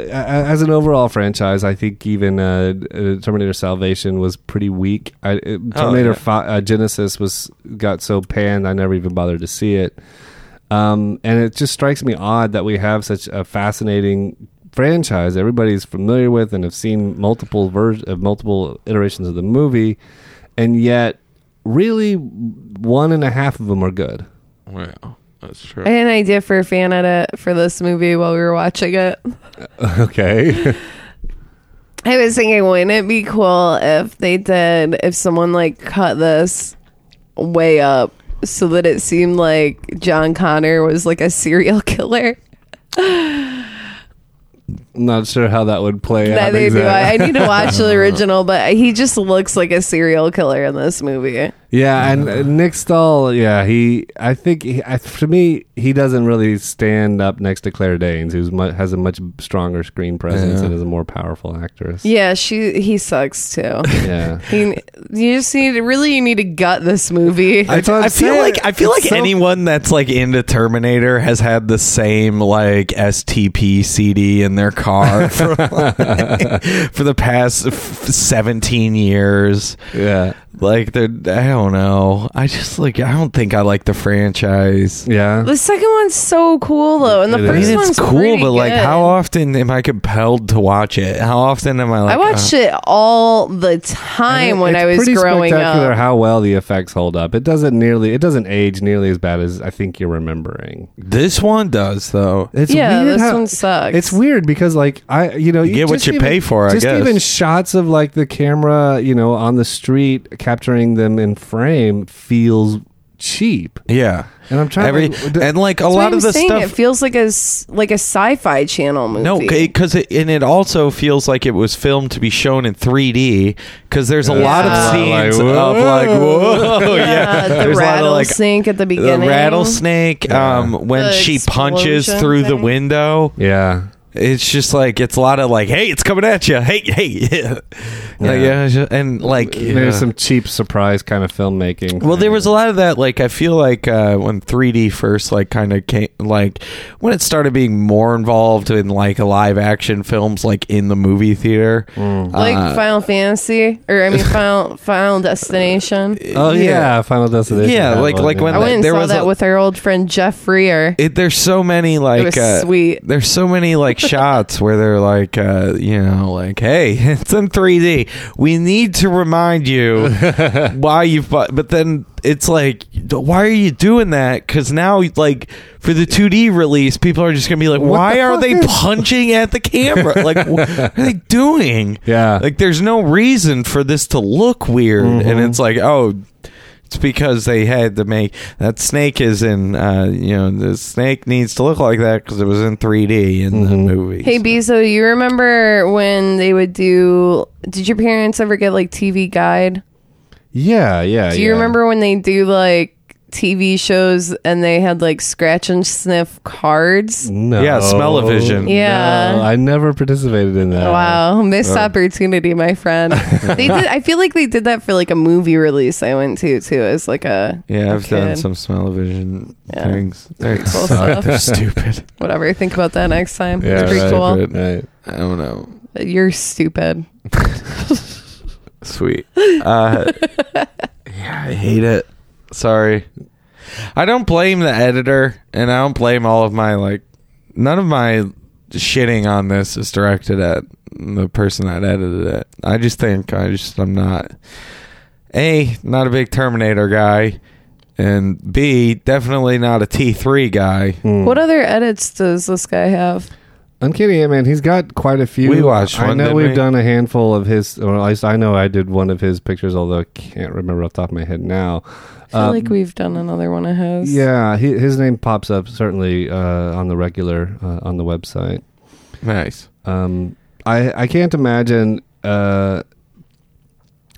Speaker 2: a- as an overall franchise, I think even uh, uh, Terminator Salvation was pretty weak. I,
Speaker 4: Oh,
Speaker 2: it, Terminator
Speaker 3: yeah.
Speaker 2: fi- uh, Genesis was got so panned, I never even bothered to see it. Um, and it just strikes me odd that we have such a fascinating franchise everybody's familiar with and have seen multiple ver- of multiple iterations of the movie, and yet really one and a half of them are good.
Speaker 3: Well, that's trtrue.
Speaker 4: I had an idea for a fan edit for this movie while we were watching it.
Speaker 2: Okay.
Speaker 4: I was thinking, wouldn't it be cool if they did, if someone like cut this way up so that it seemed like John Connor was like a serial killer?
Speaker 2: Not sure how that would play out.
Speaker 4: Neither do I. I
Speaker 2: exactly.
Speaker 4: need to watch the original, but he just looks like a serial killer in this movie.
Speaker 2: Yeah, and uh, Nick Stahl, yeah, he. I think he, I, to me, he doesn't really stand up next to Claire Danes, who has a much stronger screen presence
Speaker 3: Yeah.
Speaker 2: and is a more powerful actress.
Speaker 4: Yeah, she he sucks too.
Speaker 2: Yeah.
Speaker 4: You, you just need to really you need to gut this movie.
Speaker 2: That's what I'm
Speaker 3: I feel
Speaker 2: saying.
Speaker 3: like I feel
Speaker 2: It's
Speaker 3: like
Speaker 2: so-
Speaker 3: anyone that's like into Terminator has had the same like STP CD in their car for, like, for the past f- seventeen years.
Speaker 2: yeah,
Speaker 3: Like they're I don't know. I just like I don't think I like the franchise.
Speaker 2: yeah.
Speaker 4: the second one's so cool though, and the
Speaker 2: It
Speaker 3: I
Speaker 4: first
Speaker 2: is.
Speaker 3: mean,
Speaker 4: one's
Speaker 3: it's cool,
Speaker 4: pretty
Speaker 3: but like,
Speaker 4: good.
Speaker 3: how often am I compelled to watch it? How often am I like? uh,
Speaker 4: I watched it all the time
Speaker 2: And
Speaker 4: when
Speaker 2: it's
Speaker 4: I was
Speaker 2: pretty
Speaker 4: growing
Speaker 2: spectacular
Speaker 4: up.
Speaker 2: How well the effects hold up. It doesn't nearly. It doesn't age nearly as bad as I think you're remembering.
Speaker 3: This one does though.
Speaker 2: It's
Speaker 4: yeah,
Speaker 2: weird
Speaker 4: this
Speaker 2: how-
Speaker 4: one sucks.
Speaker 2: It's weird because like I, you know,
Speaker 3: You get what
Speaker 2: just
Speaker 3: you
Speaker 2: even-
Speaker 3: pay for, I
Speaker 2: just
Speaker 3: guess.
Speaker 2: even shots of like the camera, you know, on the street capturing them in frame feels cheap.
Speaker 3: Yeah,
Speaker 2: And I'm trying
Speaker 3: every
Speaker 2: like, d-
Speaker 3: and like a
Speaker 4: That's why
Speaker 3: lot
Speaker 4: I'm
Speaker 3: of the
Speaker 4: saying
Speaker 3: stuff.
Speaker 4: It feels like a s- like a sci-fi channel movie.
Speaker 3: No, because it, and it also feels like it was filmed to be shown in 3D because there's a lot of
Speaker 4: Yeah.
Speaker 3: scenes
Speaker 2: Like,
Speaker 3: of like
Speaker 2: whoa.
Speaker 3: whoa, yeah,
Speaker 4: yeah, Uh, the
Speaker 3: There's a lot of, like,
Speaker 4: rattlesnake at the
Speaker 3: the
Speaker 4: beginning.
Speaker 3: rattlesnake um, when
Speaker 4: The
Speaker 3: she punches
Speaker 4: explosion
Speaker 3: through the
Speaker 4: thing.
Speaker 3: window.
Speaker 2: yeah.
Speaker 3: It's just like it's a lot of like, hey, it's coming at you, hey, hey, yeah, Like, yeah, it's just- and like yeah.
Speaker 2: There's some cheap surprise kind of filmmaking.
Speaker 3: Well, there was a lot of that. Like, I feel like uh, when 3D first, like, kind of came, like, when it started being more involved in like live action films, like in the movie theater.
Speaker 4: like
Speaker 3: uh,
Speaker 4: Final Fantasy, or I mean Final Final Destination.
Speaker 2: Oh yeah, Final Destination.
Speaker 3: Yeah,
Speaker 2: had
Speaker 3: like-
Speaker 2: one,
Speaker 3: like
Speaker 2: yeah.
Speaker 3: when
Speaker 4: I
Speaker 3: the-
Speaker 4: went and
Speaker 3: Uh, there
Speaker 4: saw
Speaker 3: was
Speaker 4: that
Speaker 3: a-
Speaker 4: with our old friend Jeff Freer.
Speaker 3: It, there's so many
Speaker 4: It
Speaker 3: like
Speaker 4: was
Speaker 3: uh,
Speaker 4: sweet.
Speaker 3: There's so many like shots where they're like, uh, you know, like, hey, it's in 3D. We need to remind you why you bought. But then it's like, why are you doing that? Because now, like, for the 2D release, people are just gonna be like,
Speaker 2: What
Speaker 3: why
Speaker 2: the
Speaker 3: are
Speaker 2: fuck
Speaker 3: they
Speaker 2: is-
Speaker 3: punching at the camera? Like, what are they doing?
Speaker 2: Yeah.
Speaker 3: Like, there's no reason for this to look weird, and
Speaker 2: Mm-hmm.
Speaker 3: it's like, oh. It's because they had to make that snake is in, uh, you know, the snake needs to look like that because it was in 3D in the movie.
Speaker 4: Hey Bezo, you remember when they would do? Did your parents ever get like TV Guide?
Speaker 2: yeah, yeah.
Speaker 4: Do you
Speaker 2: Uh, yeah.
Speaker 4: remember when they do like TV shows and they had like scratch and sniff cards?
Speaker 2: No.
Speaker 3: Yeah, smell-o-vision.
Speaker 4: Yeah.
Speaker 2: No, I Uh. never participated in that.
Speaker 4: Wow, missed opportunity, my friend. they did. I feel like they did that for like a movie release I went to too. As like a
Speaker 3: yeah, I've done
Speaker 4: kid.
Speaker 3: some smell-o-vision
Speaker 4: Yeah.
Speaker 3: things. They're,
Speaker 4: cool
Speaker 3: suck.
Speaker 4: stuff.
Speaker 3: They're stupid.
Speaker 4: whatever. Think about that next time.
Speaker 2: Yeah,
Speaker 4: it's pretty
Speaker 2: right,
Speaker 4: cool.
Speaker 3: Stupid.
Speaker 2: Right.
Speaker 3: I don't know.
Speaker 4: You're stupid.
Speaker 3: Sweet. Uh, yeah, I hate it. Sorry. I don't blame the editor, and I don't blame all of my like. None of my shitting on this is directed at the person that edited it. I just think I just I'm not a not a big Terminator guy, and B definitely not a T three guy.
Speaker 2: Mm.
Speaker 4: What other edits does this guy have?
Speaker 2: Uncanny Ant Man, he's got quite a few.
Speaker 3: We watched
Speaker 2: I
Speaker 3: one,
Speaker 2: know
Speaker 3: didn't
Speaker 2: we've
Speaker 3: we?
Speaker 2: done a handful of his, or at least I know I did one of his pictures, although I can't remember off the top of my head now.
Speaker 4: I feel
Speaker 2: Uh,
Speaker 4: like we've done another one of his.
Speaker 2: Yeah, he, his name pops up certainly uh, on the regular uh, on the website.
Speaker 3: Nice.
Speaker 2: Um, I I can't imagine uh,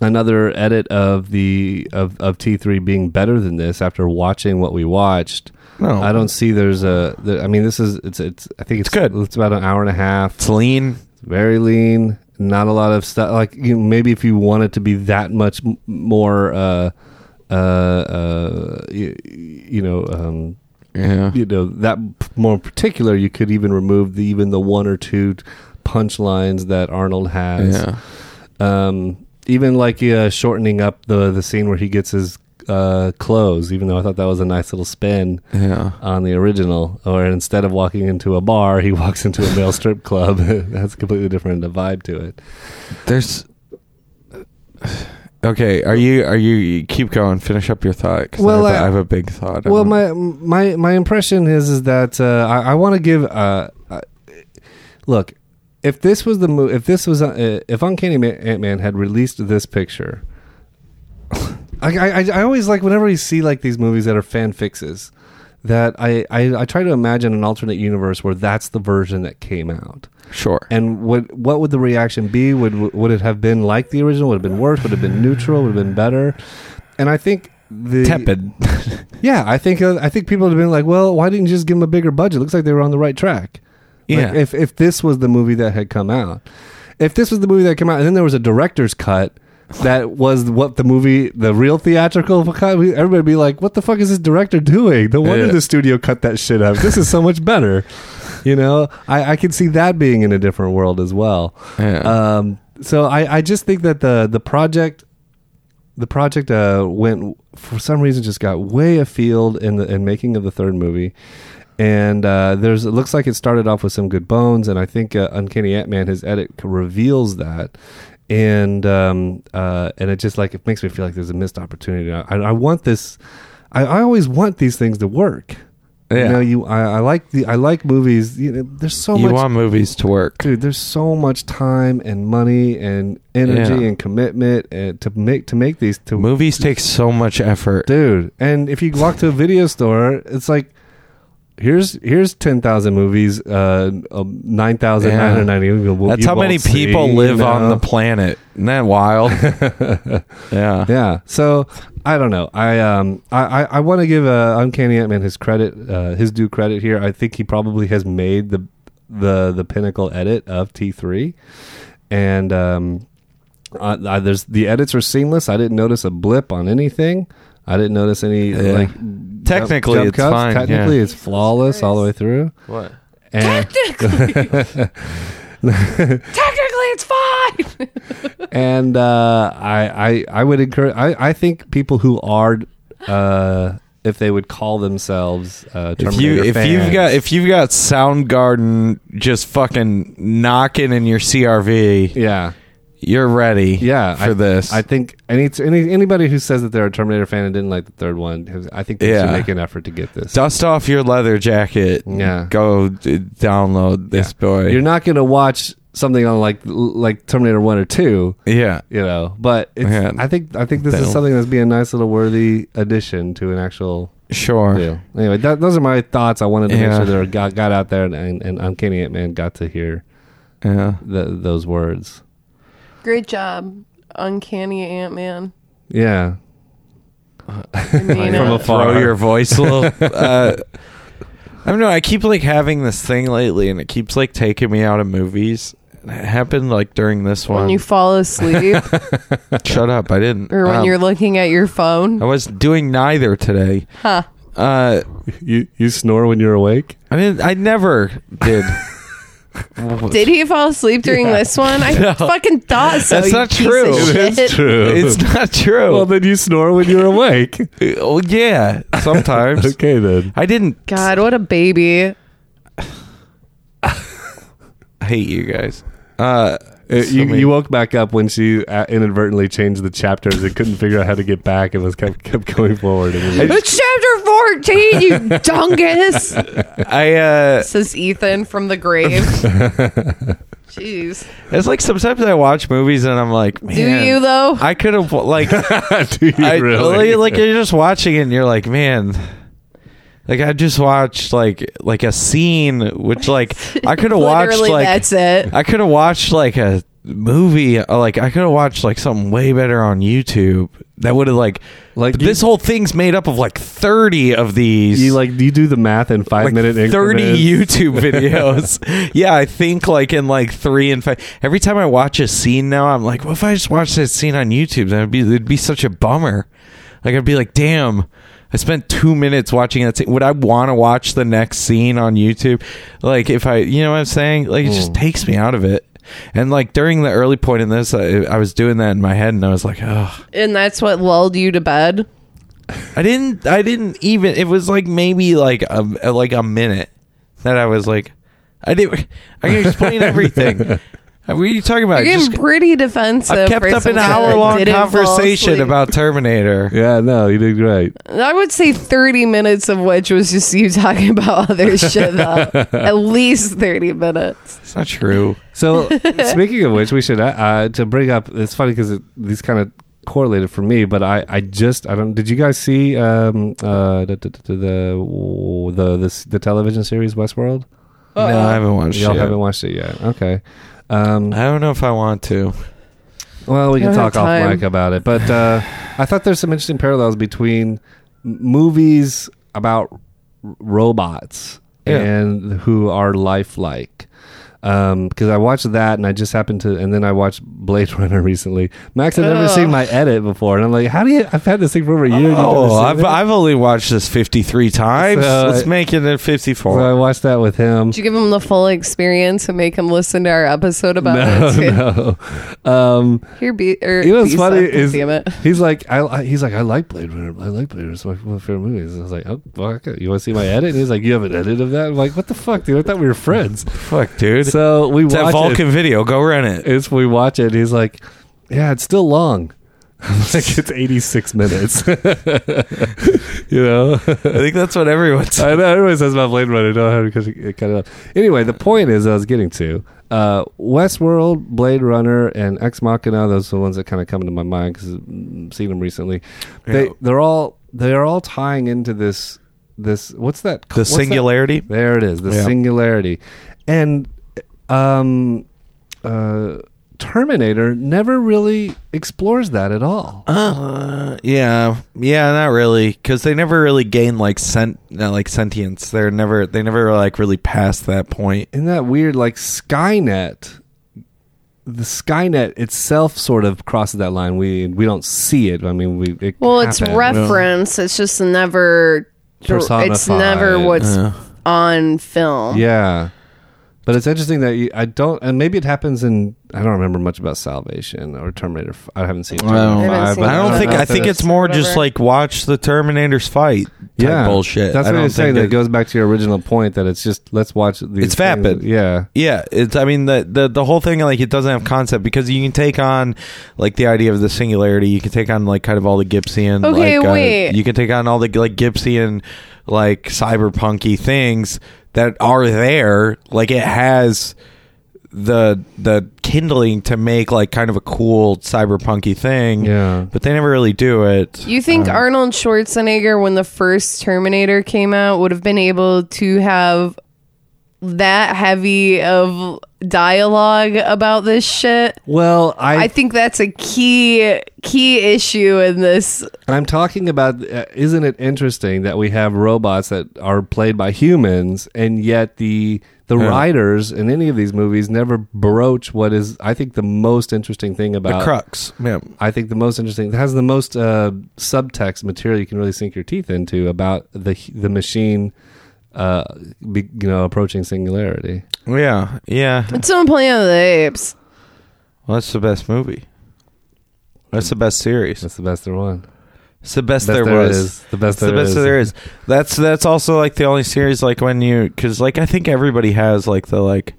Speaker 2: another edit of the of, of T three being better than this after watching what we watched.
Speaker 3: No,
Speaker 2: I don't see there's a. The, I mean, this is it's it's. I think it's,
Speaker 3: good.
Speaker 2: It's about an hour and a half.
Speaker 3: It's lean.
Speaker 2: very lean not a lot of stuff like you know, maybe if you want it to be that much m- more uh uh, uh you, you know um
Speaker 3: Yeah.
Speaker 2: you know that p- more particular you could even remove the even the one or two punchlines that arnold has
Speaker 3: Yeah.
Speaker 2: um, even like uh, shortening up the the scene where he gets his uh, clothes, even though I thought that was a nice little spin
Speaker 3: Yeah.
Speaker 2: on the original. Or instead of walking into a bar, he walks into a male strip club. That's completely different a vibe to it.
Speaker 3: There's okay. Are you are you, you keep going? Finish up your thought. 'cause
Speaker 2: Well,
Speaker 3: I, have,
Speaker 2: I-
Speaker 3: I have a big thought. Um,
Speaker 2: Well,
Speaker 3: I'm-
Speaker 2: my my my impression is is that uh, I, I want to give. Uh, uh, look, if this was the movie, if this was uh, if Uncanny Ma- Ant Man had released this picture, I, I I- I always like whenever you see like these movies that are fan fixes, that I, I I try to imagine an alternate universe where that's the version that came out.
Speaker 3: Sure.
Speaker 2: And what what would the reaction be? Would would it have been like the original? Would it have been worse? Would it have been neutral? Would it have been better? And I think the
Speaker 3: Tepid.
Speaker 2: Yeah, I think uh, I think people would have been like, well, why didn't you just give them a bigger budget? Looks like they were on the right track. Like,
Speaker 3: Yeah.
Speaker 2: if if this was the movie that had come out, if this was the movie that came out, and then there was a director's cut that was what the movie, the real theatrical cut. we- Everybody would be like, what the fuck is this director doing? No wonder
Speaker 3: Yeah.
Speaker 2: the studio cut that shit up. This is so much better. You know, I I could see that being in a different world as well.
Speaker 3: Yeah.
Speaker 2: Um, so I, I just think that the the project the project uh, went for some reason just got way afield in the in making of the third movie, and uh, there's it looks like it started off with some good bones, and I think uh, Uncanny Ant Man his edit reveals that. And um, uh, and it just like it makes me feel like there's a missed opportunity. I, I want this. I, I always want these things to work.
Speaker 3: Yeah.
Speaker 2: You know, you I, I like the I like movies. You know, there's so
Speaker 3: you
Speaker 2: much
Speaker 3: want movies to work.
Speaker 2: dude there's so much time and money and energy
Speaker 3: Yeah.
Speaker 2: and commitment and to make to make these to
Speaker 3: Movies take so much effort.
Speaker 2: dude and if you walk to a video store it's like here's here's 10,000 movies uh um, 9,990 You won't-
Speaker 3: That's
Speaker 2: you
Speaker 3: how many
Speaker 2: won't see,
Speaker 3: people
Speaker 2: you
Speaker 3: live
Speaker 2: know?
Speaker 3: on the planet. Isn't that wild? yeah.
Speaker 2: yeah so i don't know i um i i, I want to give uh, uncanny ant-man his credit uh his due credit here i think he probably has made the the the pinnacle edit of t3 and um uh, I, there's the edits are seamless i didn't notice a blip on anything i didn't notice any
Speaker 3: Yeah.
Speaker 2: like
Speaker 3: Technically, it's fine, yeah.
Speaker 2: technically it's flawless all the way through
Speaker 3: What?
Speaker 2: and
Speaker 4: Technically, it's fine.
Speaker 2: and uh, I, I I would encourage. I, I think people who are, uh, if they would call themselves uh,
Speaker 3: If
Speaker 2: Terminator
Speaker 3: you if
Speaker 2: fans-
Speaker 3: you've got if you've got Soundgarden just fucking knocking in your CRV,
Speaker 2: yeah
Speaker 3: you're ready.
Speaker 2: yeah
Speaker 3: for
Speaker 2: I,
Speaker 3: this.
Speaker 2: I think any, any anybody who says that they're a Terminator fan and didn't like the third one, has- I think they
Speaker 3: Yeah.
Speaker 2: should make an effort to get this.
Speaker 3: Dust off your leather jacket.
Speaker 2: Yeah.
Speaker 3: Go d- download this boy.
Speaker 2: You're not going to watch something on like like Terminator one or two.
Speaker 3: yeah.
Speaker 2: You know, but it's,
Speaker 3: Yeah.
Speaker 2: I think I think this
Speaker 3: That'll-
Speaker 2: is something that's be a nice little worthy addition to an actual
Speaker 3: Sure.
Speaker 2: Yeah. Anyway, that, those are my thoughts. I wanted to
Speaker 3: Yeah.
Speaker 2: make sure they were- got, got out there, and, and, and Uncanny Ant Man got to hear
Speaker 3: yeah.
Speaker 2: the, those words.
Speaker 4: Great job, Uncanny Ant Man.
Speaker 2: Yeah.
Speaker 4: I mean,
Speaker 2: From
Speaker 4: uh,
Speaker 2: afar.
Speaker 3: Throw your voice a little. uh, I don't know. I keep like having this thing lately, and it keeps like taking me out of movies. And It happened like during this one.
Speaker 4: when you fall asleep
Speaker 3: Shut up! I didn't.
Speaker 4: or when
Speaker 3: Um,
Speaker 4: you're looking at your phone.
Speaker 3: I was doing neither today.
Speaker 4: Huh.
Speaker 3: Uh,
Speaker 2: You you snore when you're awake.
Speaker 3: I didn't. I never did.
Speaker 4: Did he fall asleep during this one? I fucking thought so.
Speaker 3: That's
Speaker 4: you
Speaker 3: not
Speaker 4: piece of
Speaker 3: true.
Speaker 2: It
Speaker 4: shit.
Speaker 2: is Oh, true.
Speaker 3: it's not true.
Speaker 2: Well, then you snore when you're awake.
Speaker 3: oh yeah, sometimes
Speaker 2: okay, then.
Speaker 3: I didn't
Speaker 4: God, what a baby.
Speaker 3: hate you guys. Uh,
Speaker 2: Uh, you,
Speaker 3: so
Speaker 2: you woke back up when she uh, inadvertently changed the chapters and couldn't figure out how to get back and was kept kept going forward. And it was-
Speaker 4: It's chapter 14, you dungus,
Speaker 3: I uh,
Speaker 4: says Ethan from the grave. Jeez.
Speaker 3: it's like sometimes I watch movies and I'm like, man,
Speaker 4: Do you, though?
Speaker 3: I could have like
Speaker 2: Do you
Speaker 3: I,
Speaker 2: really?
Speaker 3: like you're just watching it and you're like, man. Like I just watched like like a scene which like I could have watched
Speaker 4: Literally,
Speaker 3: like
Speaker 4: that's it.
Speaker 3: I could have watched like a movie uh, like I could have watched like something way better on YouTube that would have like
Speaker 2: Like
Speaker 3: but
Speaker 2: you-
Speaker 3: this whole thing's made up of like 30 of these
Speaker 2: you like you do the math in five
Speaker 3: like
Speaker 2: minute
Speaker 3: 30
Speaker 2: increments.
Speaker 3: YouTube videos. yeah, I think like in like three and five. Every time I watch a scene now, I'm like, what if I just watched that scene on YouTube? That would be it'd be such a bummer. Like I'd be like, damn, I spent two minutes watching that scene. Would I want to watch the next scene on YouTube? Like if I, you know what I'm saying? Like it
Speaker 2: Hmm.
Speaker 3: just takes me out of it. And like during the early point in this, I, I was doing that in my head, and I was like, oh.
Speaker 4: And that's what lulled you to bed.
Speaker 3: I didn't. I didn't even. It was like maybe like a like a minute that I was like, I did. I can explain everything. Uh, what are you talking about?
Speaker 4: You're getting
Speaker 3: Just-
Speaker 4: pretty defensive.
Speaker 3: I kept
Speaker 4: for
Speaker 3: up an
Speaker 4: something that
Speaker 3: hour long
Speaker 4: didn't fall
Speaker 3: conversation
Speaker 4: asleep.
Speaker 3: about Terminator.
Speaker 2: Yeah, no, you did great.
Speaker 4: I would say 30 minutes of which was just you talking about other shit, though. At least 30 minutes.
Speaker 3: It's not true.
Speaker 2: So speaking of which, we should uh, uh, to bring up. It's funny because it, these kind of correlated for me, but I I just I don't. Did you guys see um uh the the the the, the, the, the television series Westworld?
Speaker 3: No, I haven't watched
Speaker 2: Y'all
Speaker 3: it.
Speaker 2: haven't watched it yet. Okay. Um,
Speaker 3: I don't know if I want to.
Speaker 2: well, we
Speaker 4: I
Speaker 2: can
Speaker 4: don't have
Speaker 2: talk off
Speaker 4: time.
Speaker 2: mic about it, but uh, I thought there's some interesting parallels between m- movies about r- robots
Speaker 3: Yeah.
Speaker 2: and who are lifelike. Because I watched that, and I just happened to, and then I watched Blade Runner recently. Max had never
Speaker 4: Ugh.
Speaker 2: seen my edit before, and I'm like, "How do you?" I've had this thing for over a year. and you've never
Speaker 3: Oh,
Speaker 2: seen
Speaker 3: I've,
Speaker 2: it?"
Speaker 3: I've only watched this 53 times.
Speaker 2: So,
Speaker 3: Let's
Speaker 2: I-
Speaker 3: make it at
Speaker 2: so
Speaker 3: 54.
Speaker 2: I watched that with him.
Speaker 4: Did you give him the full experience and make him listen to our episode about it? Too?
Speaker 2: No, no. Um,
Speaker 4: Here, be or
Speaker 2: It was
Speaker 4: be
Speaker 2: funny.
Speaker 4: something,
Speaker 2: Is,
Speaker 4: damn it.
Speaker 2: He's like, I, I- he's like, I like Blade Runner. I like Blade Runner. It's my one of my favorite movies. And I was like, oh, fuck it. You want to see my edit? And he's like, you have an edit of that? I'm like, what the fuck, dude? I thought we were friends.
Speaker 3: Fuck, dude.
Speaker 2: So we
Speaker 3: it's that
Speaker 2: watch
Speaker 3: Vulcan
Speaker 2: it.
Speaker 3: video. Go rent it.
Speaker 2: It's we watch it. He's like, yeah, it's still long. I'm like, it's 86 minutes. you know?
Speaker 3: I think that's what everyone says.
Speaker 2: I know everyone says about Blade Runner. Don't have because it cut it off. Anyway, the point is I was getting to uh, Westworld, Blade Runner, and Ex Machina. Those are the ones that kind of come into my mind because I've seen them recently. They
Speaker 3: Yeah.
Speaker 2: they're all they're all tying into this this what's that
Speaker 3: The
Speaker 2: what's that-
Speaker 3: singularity.
Speaker 2: There it is, the
Speaker 3: Yeah.
Speaker 2: singularity, and um, uh, Terminator never really explores that at all.
Speaker 3: Uh, yeah, yeah, not really, because they never really gain like sent uh, like sentience. They're never they never like really past that point.
Speaker 2: isn't that weird? Like Skynet, the Skynet itself sort of crosses that line. We we don't see it. I mean, we it
Speaker 4: Well, it's
Speaker 2: happened.
Speaker 4: reference. It's just never. It's never
Speaker 2: Personified.
Speaker 4: what's
Speaker 3: Yeah.
Speaker 4: on film.
Speaker 2: Yeah, but it's interesting that you, I don't, and maybe it happens in. I don't remember much about Salvation or Terminator. f- I haven't seen. Terminator
Speaker 3: I
Speaker 4: haven't
Speaker 2: five,
Speaker 4: seen
Speaker 2: but
Speaker 4: it.
Speaker 3: I
Speaker 4: I
Speaker 3: don't think
Speaker 4: don't
Speaker 2: know
Speaker 3: I
Speaker 2: if
Speaker 3: think
Speaker 2: it's-
Speaker 3: it's more just
Speaker 4: Whatever.
Speaker 3: like watch the Terminators fight. Type bullshit.
Speaker 2: That's
Speaker 3: I
Speaker 2: what
Speaker 3: don't
Speaker 2: you're saying. That
Speaker 3: think it-
Speaker 2: goes back to your original point that it's just let's watch these.
Speaker 3: It's vapid.
Speaker 2: things. Yeah,
Speaker 3: Yeah, it's. I mean, the, the the whole thing like it doesn't have concept because you can take on like the idea of the singularity. You can take on like kind of all the Gibson.
Speaker 4: Okay,
Speaker 3: like, uh,
Speaker 4: wait.
Speaker 3: you can take on all the like Gibson, like cyberpunky things that are there. Like it has the the kindling to make like kind of a cool cyberpunky thing.
Speaker 2: yeah.
Speaker 3: but they never really do it.
Speaker 4: You think
Speaker 2: Uh-huh.
Speaker 3: Um,
Speaker 4: Arnold Schwarzenegger, when the first Terminator came out, would have been able to have that heavy of dialogue about this shit?
Speaker 2: Well,
Speaker 4: I think that's a key key issue in this.
Speaker 2: And I'm talking about, uh, isn't it interesting that we have robots that are played by humans, and yet the the
Speaker 3: Yeah.
Speaker 2: writers in any of these movies never broach what is, I think, the most interesting thing
Speaker 3: the
Speaker 2: about.
Speaker 3: crux? Yeah.
Speaker 2: I think the most interesting that has the most uh, subtext material you can really sink your teeth into about the the machine, uh, be, you know, approaching singularity.
Speaker 3: Yeah, yeah.
Speaker 4: It's on Planet of the Apes.
Speaker 3: Well, that's the best movie. That's the best series.
Speaker 2: That's the best there one.
Speaker 3: It's the best,
Speaker 2: Best
Speaker 3: there, was.
Speaker 2: is. The best
Speaker 3: It's the
Speaker 2: there
Speaker 3: best
Speaker 2: is.
Speaker 3: there is. That's that's also like the only series like when you because like I think everybody has like the like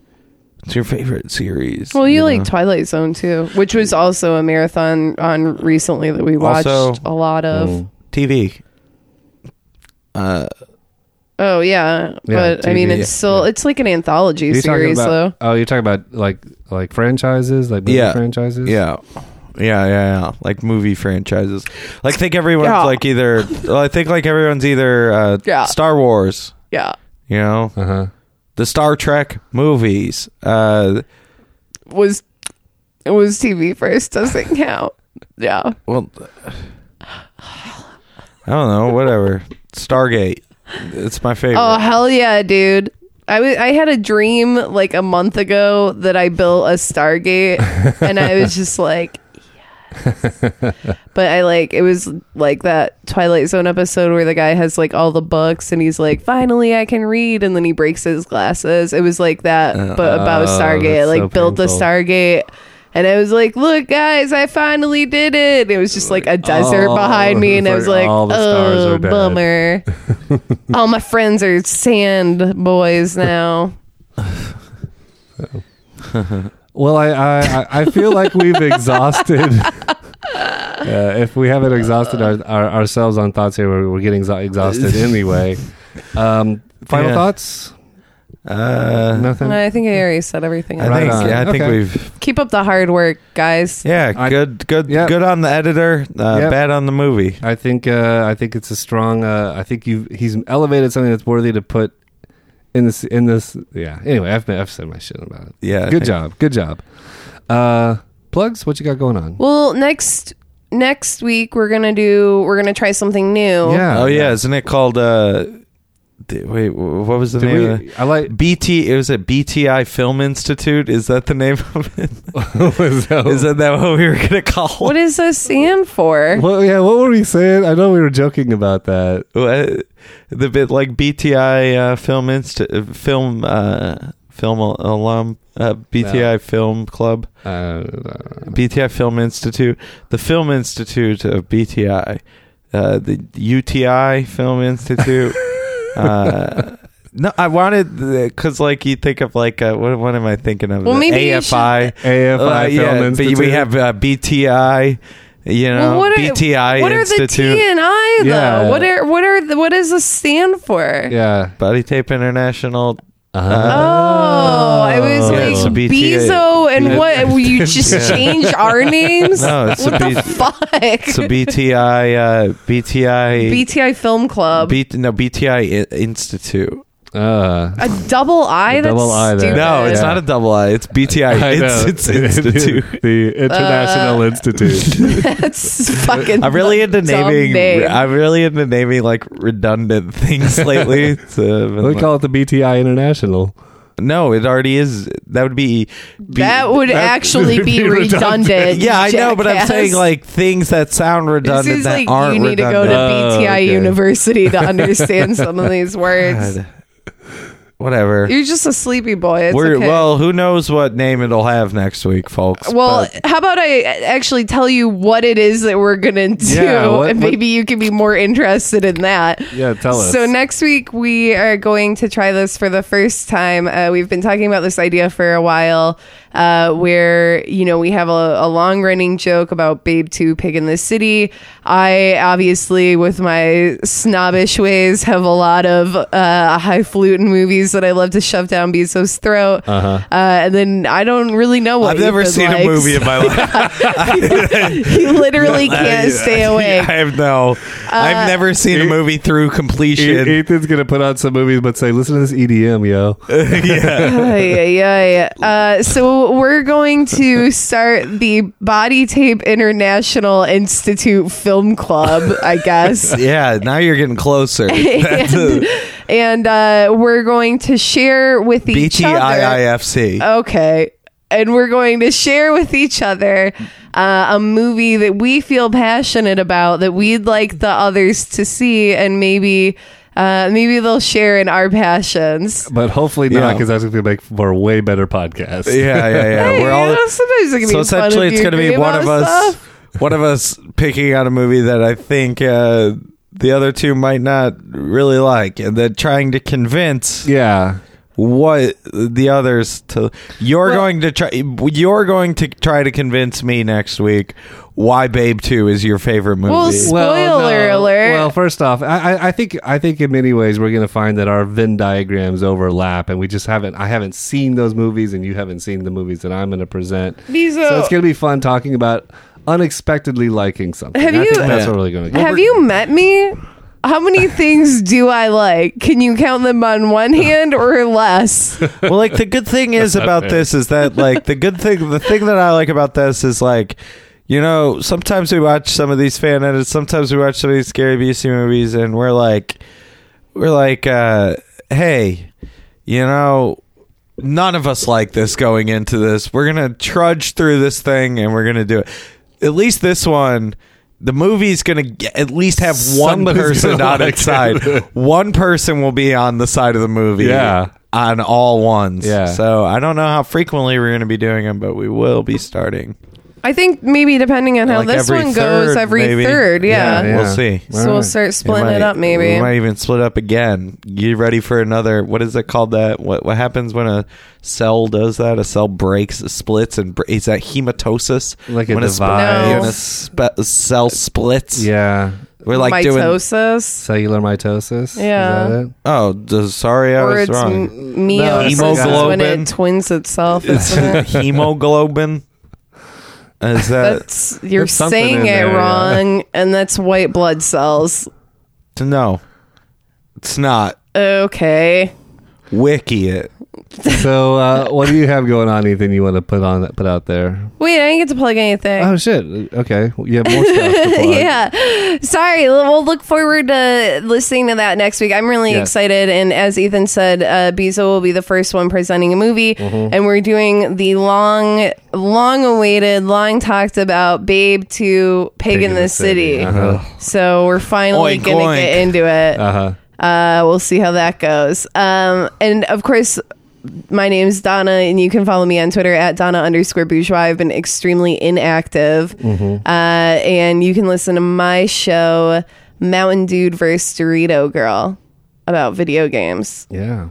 Speaker 3: it's your favorite series.
Speaker 4: Well, you like
Speaker 3: know?
Speaker 4: Twilight Zone too, which was also a marathon on recently that we watched
Speaker 3: Also-
Speaker 4: a lot of.
Speaker 2: Mm.
Speaker 3: TV. Uh,
Speaker 4: Oh yeah,
Speaker 2: Yeah,
Speaker 4: but I mean,
Speaker 2: TV,
Speaker 4: it's still
Speaker 2: yeah.
Speaker 4: it's like an anthology
Speaker 2: You're talking
Speaker 4: series
Speaker 2: about-
Speaker 4: though.
Speaker 2: Oh, you're talking about like like franchises, like movie
Speaker 3: Yeah.
Speaker 2: franchises.
Speaker 3: yeah. Yeah, yeah, yeah. Like movie franchises. Like think everyone's
Speaker 4: Yeah.
Speaker 3: like either well, I think like everyone's either uh
Speaker 4: Yeah.
Speaker 3: Star Wars,
Speaker 4: Yeah,
Speaker 3: you know,
Speaker 2: Uh huh.
Speaker 3: the Star Trek movies. Uh
Speaker 4: was it was TV first doesn't count. Yeah,
Speaker 3: Well, I don't know. Whatever. Stargate. It's my favorite.
Speaker 4: Oh hell yeah, dude! I wa- I had a dream like a month ago that I built a Stargate, and I was just like, yes. But I like it was like that Twilight Zone episode where the guy has like all the books, and he's like, finally I can read, and then he breaks his glasses. It was like that, but about
Speaker 2: Oh,
Speaker 4: Stargate.
Speaker 2: that's
Speaker 4: Like
Speaker 2: so
Speaker 4: built the
Speaker 2: painful.
Speaker 4: Stargate. And I was like, "Look, guys, I finally did it!" It was just like a desert
Speaker 2: Oh,
Speaker 4: behind me, and I
Speaker 2: it's
Speaker 4: was
Speaker 2: like
Speaker 4: like,
Speaker 2: all the stars
Speaker 4: "Oh,
Speaker 2: are dead."
Speaker 4: bummer." All my friends are sand boys now.
Speaker 2: Well, I I, I- I feel like we've exhausted. Uh, if we haven't exhausted our, our, ourselves on thoughts here, we're, we're getting exha- exhausted anyway. Um, final
Speaker 3: Yeah.
Speaker 2: thoughts?
Speaker 3: Uh,
Speaker 2: Nothing.
Speaker 4: I think I already said everything.
Speaker 3: I
Speaker 2: Right
Speaker 3: think
Speaker 2: on.
Speaker 3: yeah, I think
Speaker 2: Okay.
Speaker 3: we've
Speaker 4: Keep up the hard work, guys.
Speaker 3: yeah
Speaker 2: I-
Speaker 3: good good
Speaker 2: Yep.
Speaker 3: good on the editor, uh,
Speaker 2: Yep.
Speaker 3: bad on the movie.
Speaker 2: I think uh, I think it's a strong. Uh, I think you've he's elevated something that's worthy to put in this in this. Yeah. Anyway, I've I've said my shit about it.
Speaker 3: Yeah,
Speaker 2: Good
Speaker 3: I think-
Speaker 2: job. Good job. Uh, plugs. What you got going on?
Speaker 4: Well, next next week we're gonna do we're gonna try something new.
Speaker 3: Oh yeah, isn't it called? Uh, d- wait, wh- what was the
Speaker 2: Did
Speaker 3: name?
Speaker 2: we-
Speaker 3: of it?
Speaker 2: I like.
Speaker 3: BT. It was at BTI Film Institute. Is that the name of it?
Speaker 2: was that-
Speaker 3: Is that that what we were gonna call?
Speaker 4: What
Speaker 3: it?
Speaker 4: does this stand for?
Speaker 2: Well, yeah. What were we saying? I know we were joking about that.
Speaker 3: What- The bit like BTI uh, Film Inst- Film uh, Film al- alum uh, BTI Film Club
Speaker 2: Uh,
Speaker 3: BTI Film Institute the Film Institute of BTI uh, the UTI Film Institute. uh, no, I wanted because like you think of like uh, what what am I thinking of?
Speaker 4: Well,
Speaker 3: The
Speaker 4: maybe you
Speaker 3: AFI.
Speaker 2: AFI
Speaker 3: Uh,
Speaker 2: Film Institute.
Speaker 3: But we have uh, BTI, you know,
Speaker 4: Well, what are,
Speaker 3: BTI
Speaker 4: what are the
Speaker 3: Institute,
Speaker 4: T and I though?
Speaker 2: Yeah.
Speaker 4: What are what are the, what does this stand for?
Speaker 2: yeah. Uh-huh.
Speaker 3: Body Tape International. Uh-huh.
Speaker 4: Oh, I was
Speaker 2: Yeah, it's a
Speaker 4: like
Speaker 3: BTA.
Speaker 4: Bezo and
Speaker 3: Yeah.
Speaker 4: what? You just
Speaker 3: Yeah.
Speaker 4: changed our names?
Speaker 3: No, it's a
Speaker 4: what the
Speaker 3: B- It's a
Speaker 4: fuck?
Speaker 3: BTI, uh, BTI,
Speaker 4: BTI Film Club.
Speaker 3: B- no BTI I- Institute.
Speaker 2: Uh,
Speaker 4: a double I.
Speaker 2: A
Speaker 4: That's
Speaker 2: double I there.
Speaker 4: stupid.
Speaker 3: No, it's
Speaker 2: Yeah.
Speaker 3: not a double I. It's BTI
Speaker 2: I know.
Speaker 3: It's, Institute.
Speaker 2: the International
Speaker 4: Uh.
Speaker 2: Institute.
Speaker 4: That's fucking.
Speaker 3: I'm really into
Speaker 4: dumb
Speaker 3: naming.
Speaker 4: name.
Speaker 3: I'm really into naming like redundant things lately. So,
Speaker 2: we call it the BTI International.
Speaker 3: no, it already is. That would be. be-
Speaker 4: that would actually be,
Speaker 2: be redundant.
Speaker 4: redundant.
Speaker 3: Yeah, I know, but I'm
Speaker 4: jackass.
Speaker 3: saying like things that sound
Speaker 4: This
Speaker 3: redundant
Speaker 4: is
Speaker 3: that
Speaker 4: like
Speaker 3: aren't
Speaker 4: you need to go
Speaker 3: redundant.
Speaker 4: to
Speaker 2: redundant.
Speaker 4: BTI
Speaker 2: Oh, okay.
Speaker 4: University to understand some of these words.
Speaker 3: God. Whatever.
Speaker 4: You're just a sleepy boy. It's
Speaker 3: We're,
Speaker 4: okay.
Speaker 3: Well, who knows what name it'll have next week, folks.
Speaker 4: Well,
Speaker 3: but-
Speaker 4: how about I uh, actually tell you what it is that we're going to do?
Speaker 2: Yeah, what-
Speaker 4: and
Speaker 2: what-
Speaker 4: maybe you can be more interested in that.
Speaker 2: Yeah, tell us.
Speaker 4: So, next week, we are going to try this for the first time. Uh, we've been talking about this idea for a while uh, where, you know, we have a, a long running joke about Babe 2 Pig in the City. I obviously, with my snobbish ways, have a lot of uh, highfalutin movies that I love to shove down Bezos' throat. Uh-huh. and then I don't really know what
Speaker 3: I've never
Speaker 4: Ethan
Speaker 3: seen a
Speaker 4: likes.
Speaker 3: movie in my life.
Speaker 4: He literally can't stay away. Uh,
Speaker 3: I have no. I've never seen a movie through completion.
Speaker 2: E- Ethan's gonna put on some movies, but say, "Listen to this EDM, yo." E-
Speaker 4: Ay, ay, ay. Uh, so we're going to start the Body Tape International Institute Film Club, I guess.
Speaker 3: yeah, now you're getting closer. That's a
Speaker 4: and uh, we're going to share with each other.
Speaker 3: BTIIFC.
Speaker 4: Okay. And we're going to share with each other uh, a movie that we feel passionate about that we'd like the others to see, and maybe uh, maybe they'll share in our passions.
Speaker 2: But hopefully not,
Speaker 3: Yeah.
Speaker 2: because that's gonna make for a way better podcast.
Speaker 3: yeah, yeah, yeah.
Speaker 4: Hey,
Speaker 3: We're
Speaker 4: you
Speaker 3: all
Speaker 4: know, sometimes it can
Speaker 3: so
Speaker 4: be fun
Speaker 3: essentially,
Speaker 4: if
Speaker 3: it's
Speaker 4: you
Speaker 3: going to be
Speaker 4: agree
Speaker 3: one
Speaker 4: about
Speaker 3: of us,
Speaker 4: stuff.
Speaker 3: one of us picking out a movie that I think uh, the other two might not really like, and then trying to convince
Speaker 2: yeah.
Speaker 3: what the others to. You're
Speaker 4: Well-
Speaker 3: going to try. You're going to try to convince me next week why Babe Two is your favorite movie.
Speaker 4: Well, s- Spoiler alert.
Speaker 2: Well, first off, I, I- I think I think in many ways we're gonna find that our Venn diagrams overlap, and we just haven't. I haven't seen those movies, and you haven't seen the movies that I'm gonna present.
Speaker 4: Mizo.
Speaker 2: So it's gonna be fun talking about unexpectedly liking something.
Speaker 4: Have
Speaker 2: I
Speaker 4: you-
Speaker 2: think that's
Speaker 3: Yeah.
Speaker 2: what we're gonna. Get.
Speaker 4: Have you met me? How many things do I like? Can you count them on one hand or less?
Speaker 3: well, like the good thing is about
Speaker 2: fair.
Speaker 3: this is that like the good thing the thing that I like about this is like you know sometimes we watch some of these fan edits, sometimes we watch some of these Gary Busey movies, and we're like we're like uh, hey, you know. None of us like this going into this. We're gonna trudge through this thing, and we're gonna do it. At least this one, the movie's gonna g at least have one
Speaker 2: Somebody's
Speaker 3: person
Speaker 2: gonna
Speaker 3: on
Speaker 2: like
Speaker 3: its side.
Speaker 2: it.
Speaker 3: One person will be on the side of the movie,
Speaker 2: Yeah.
Speaker 3: on all ones.
Speaker 2: Yeah.
Speaker 3: So I don't know how frequently we're going to be doing them, but we will be starting.
Speaker 4: I think maybe depending on how
Speaker 3: Like
Speaker 4: this
Speaker 3: every
Speaker 4: one goes,
Speaker 3: third,
Speaker 4: every
Speaker 3: maybe.
Speaker 4: third, yeah.
Speaker 3: Yeah, We'll see.
Speaker 4: So we'll start splitting
Speaker 3: We
Speaker 4: it
Speaker 3: might-
Speaker 4: up, maybe.
Speaker 3: We might even split up again. You ready for another? What is it called? That what what happens when a cell does that? A cell breaks, splits, and br- is that hematosis?
Speaker 2: Like it
Speaker 3: when sp-
Speaker 2: divides.
Speaker 4: No.
Speaker 3: when a spe- a cell splits.
Speaker 2: Yeah.
Speaker 3: we're like doing.
Speaker 4: Mitosis,
Speaker 2: Cellular mitosis.
Speaker 4: Yeah.
Speaker 2: Is that it?
Speaker 3: Oh, d- sorry, I
Speaker 4: or
Speaker 3: was
Speaker 4: it's
Speaker 3: wrong.
Speaker 4: m- meiosis is when
Speaker 3: Hemoglobin.
Speaker 4: it twins itself.
Speaker 3: it's
Speaker 4: isn't it?
Speaker 3: hemoglobin. Is that
Speaker 4: That's you're
Speaker 2: There's something
Speaker 4: saying
Speaker 2: in
Speaker 4: it
Speaker 2: there, yeah.
Speaker 4: wrong, and that's white blood cells.
Speaker 3: no? It's not.
Speaker 4: Okay,
Speaker 3: Wiki it.
Speaker 2: So, uh, what do you have going on, Ethan? You want to put on put out there?
Speaker 4: wait, I didn't get to plug anything.
Speaker 2: Oh shit! Okay, you have more stuff. To plug.
Speaker 4: yeah. Sorry. L- We'll look forward to listening to that next week. I'm really
Speaker 2: Yes.
Speaker 4: excited. And as Ethan said, uh, Bezo will be the first one presenting a movie. And we're doing the long, long awaited, long talked about Babe to Pig, in, the, City.
Speaker 2: Uh
Speaker 4: So we're finally
Speaker 3: Oink,
Speaker 4: going to get
Speaker 3: oink.
Speaker 4: into it.
Speaker 2: huh.
Speaker 4: Uh, we'll see how that goes. Um, and of course, my name's Donna, and you can follow me on Twitter at Donna underscore bourgeois. I've been extremely inactive. Uh, and you can listen to my show, Mountain Dude versus Dorito Girl, about video games.
Speaker 2: Yeah.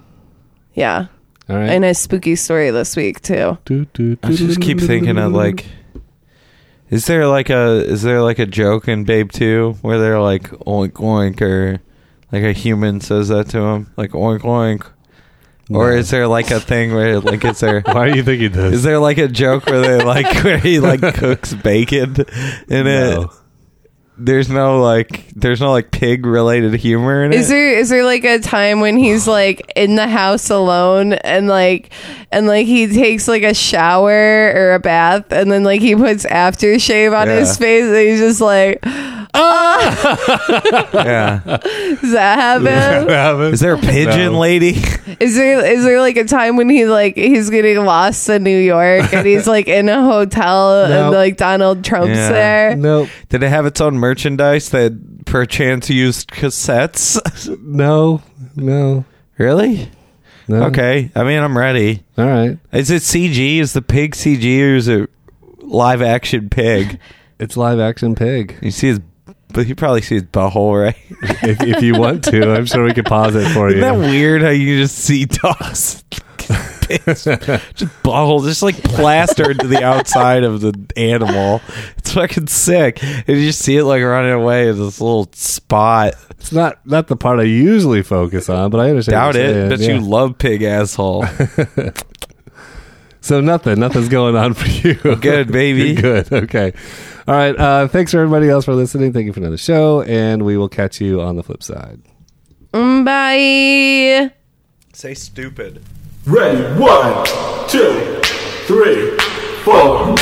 Speaker 4: Yeah.
Speaker 2: All right.
Speaker 4: And a spooky story this week, too.
Speaker 2: Do, do,
Speaker 3: I just keep thinking of like is there like a is there like a joke in Babe 2 where they're like oink oink or like a human says that to him like oink oink or
Speaker 2: No.
Speaker 3: is there like a thing where like is there
Speaker 2: Why are you thinking this?
Speaker 3: is there like a joke where they like where he like cooks bacon in it there's no like there's no like pig related humor in
Speaker 4: Is
Speaker 3: it
Speaker 4: there is there like a time when he's like in the house alone and like and like he takes like a shower or a bath and then like he puts aftershave on
Speaker 3: Yeah.
Speaker 4: his face and he's just like, ah,
Speaker 3: yeah
Speaker 4: does that happen?
Speaker 3: is there a pigeon
Speaker 2: No.
Speaker 3: lady
Speaker 4: is there is there like a time when he like he's getting lost in New York and he's like in a hotel and
Speaker 2: Nope.
Speaker 4: like Donald Trump's
Speaker 3: Yeah.
Speaker 4: there?
Speaker 2: Nope.
Speaker 3: did it have its own merchandise that perchance used cassettes
Speaker 2: No. No.
Speaker 3: Really?
Speaker 2: No.
Speaker 3: Okay. I mean, I'm ready.
Speaker 2: All right.
Speaker 3: Is it CG? Is the pig CG or is it live action pig?
Speaker 2: It's live action pig.
Speaker 3: You see his, but you probably see his butthole, right?
Speaker 2: if, if you want to, I'm sure we could pause it for
Speaker 3: Isn't
Speaker 2: you.
Speaker 3: that weird how you just see dogs? Pigs, just butthole, just like plastered to the outside of the animal. It's fucking sick. And you just see it like running away in this little spot.
Speaker 2: It's not not the part I usually focus on, but I understand.
Speaker 3: Doubt
Speaker 2: what you're saying,
Speaker 3: it. But
Speaker 2: yeah.
Speaker 3: you love pig asshole.
Speaker 2: So nothing, nothing's going on for you.
Speaker 3: Good, baby.
Speaker 2: You're good. Okay. All right. Uh, thanks for everybody else for listening. Thank you for another show, and we will catch you on the flip side.
Speaker 4: Mm, Bye.
Speaker 3: Say stupid.
Speaker 1: Ready, one, two, three, four.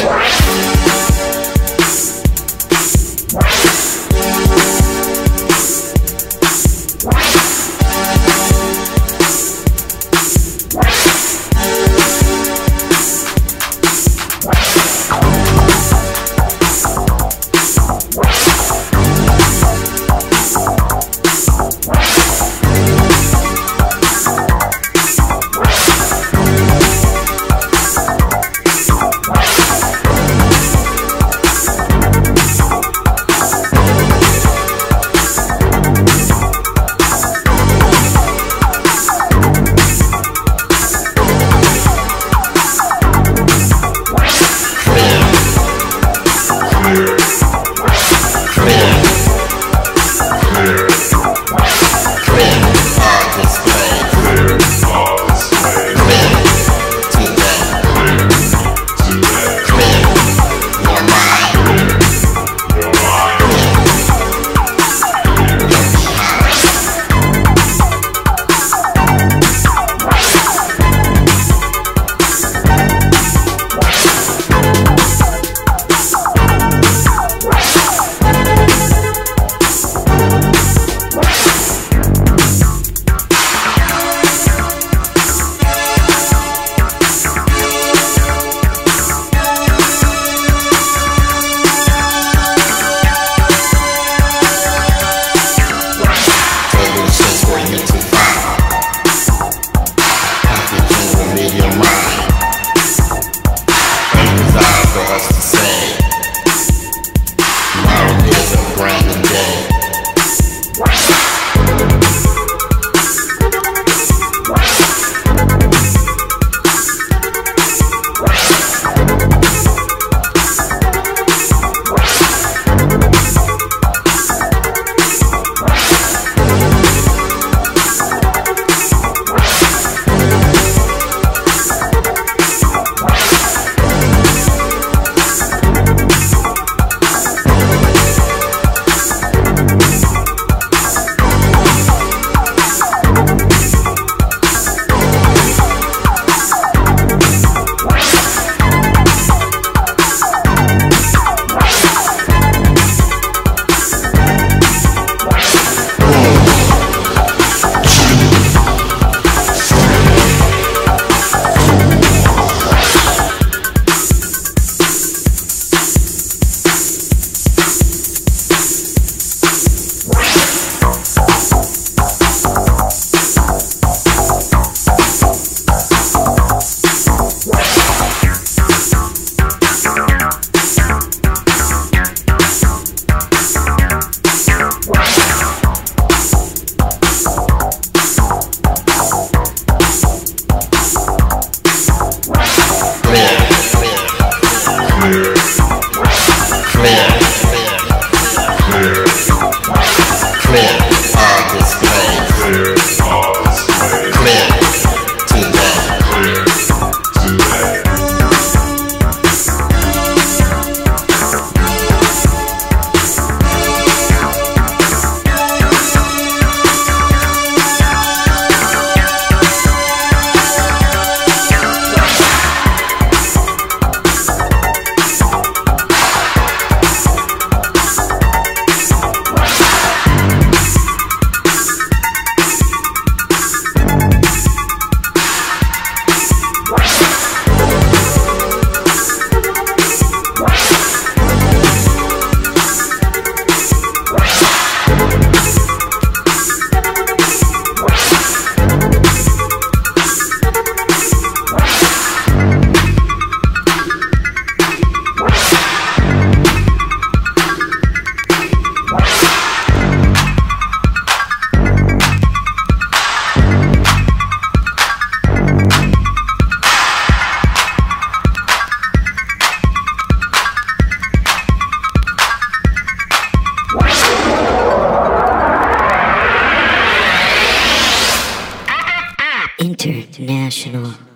Speaker 5: International.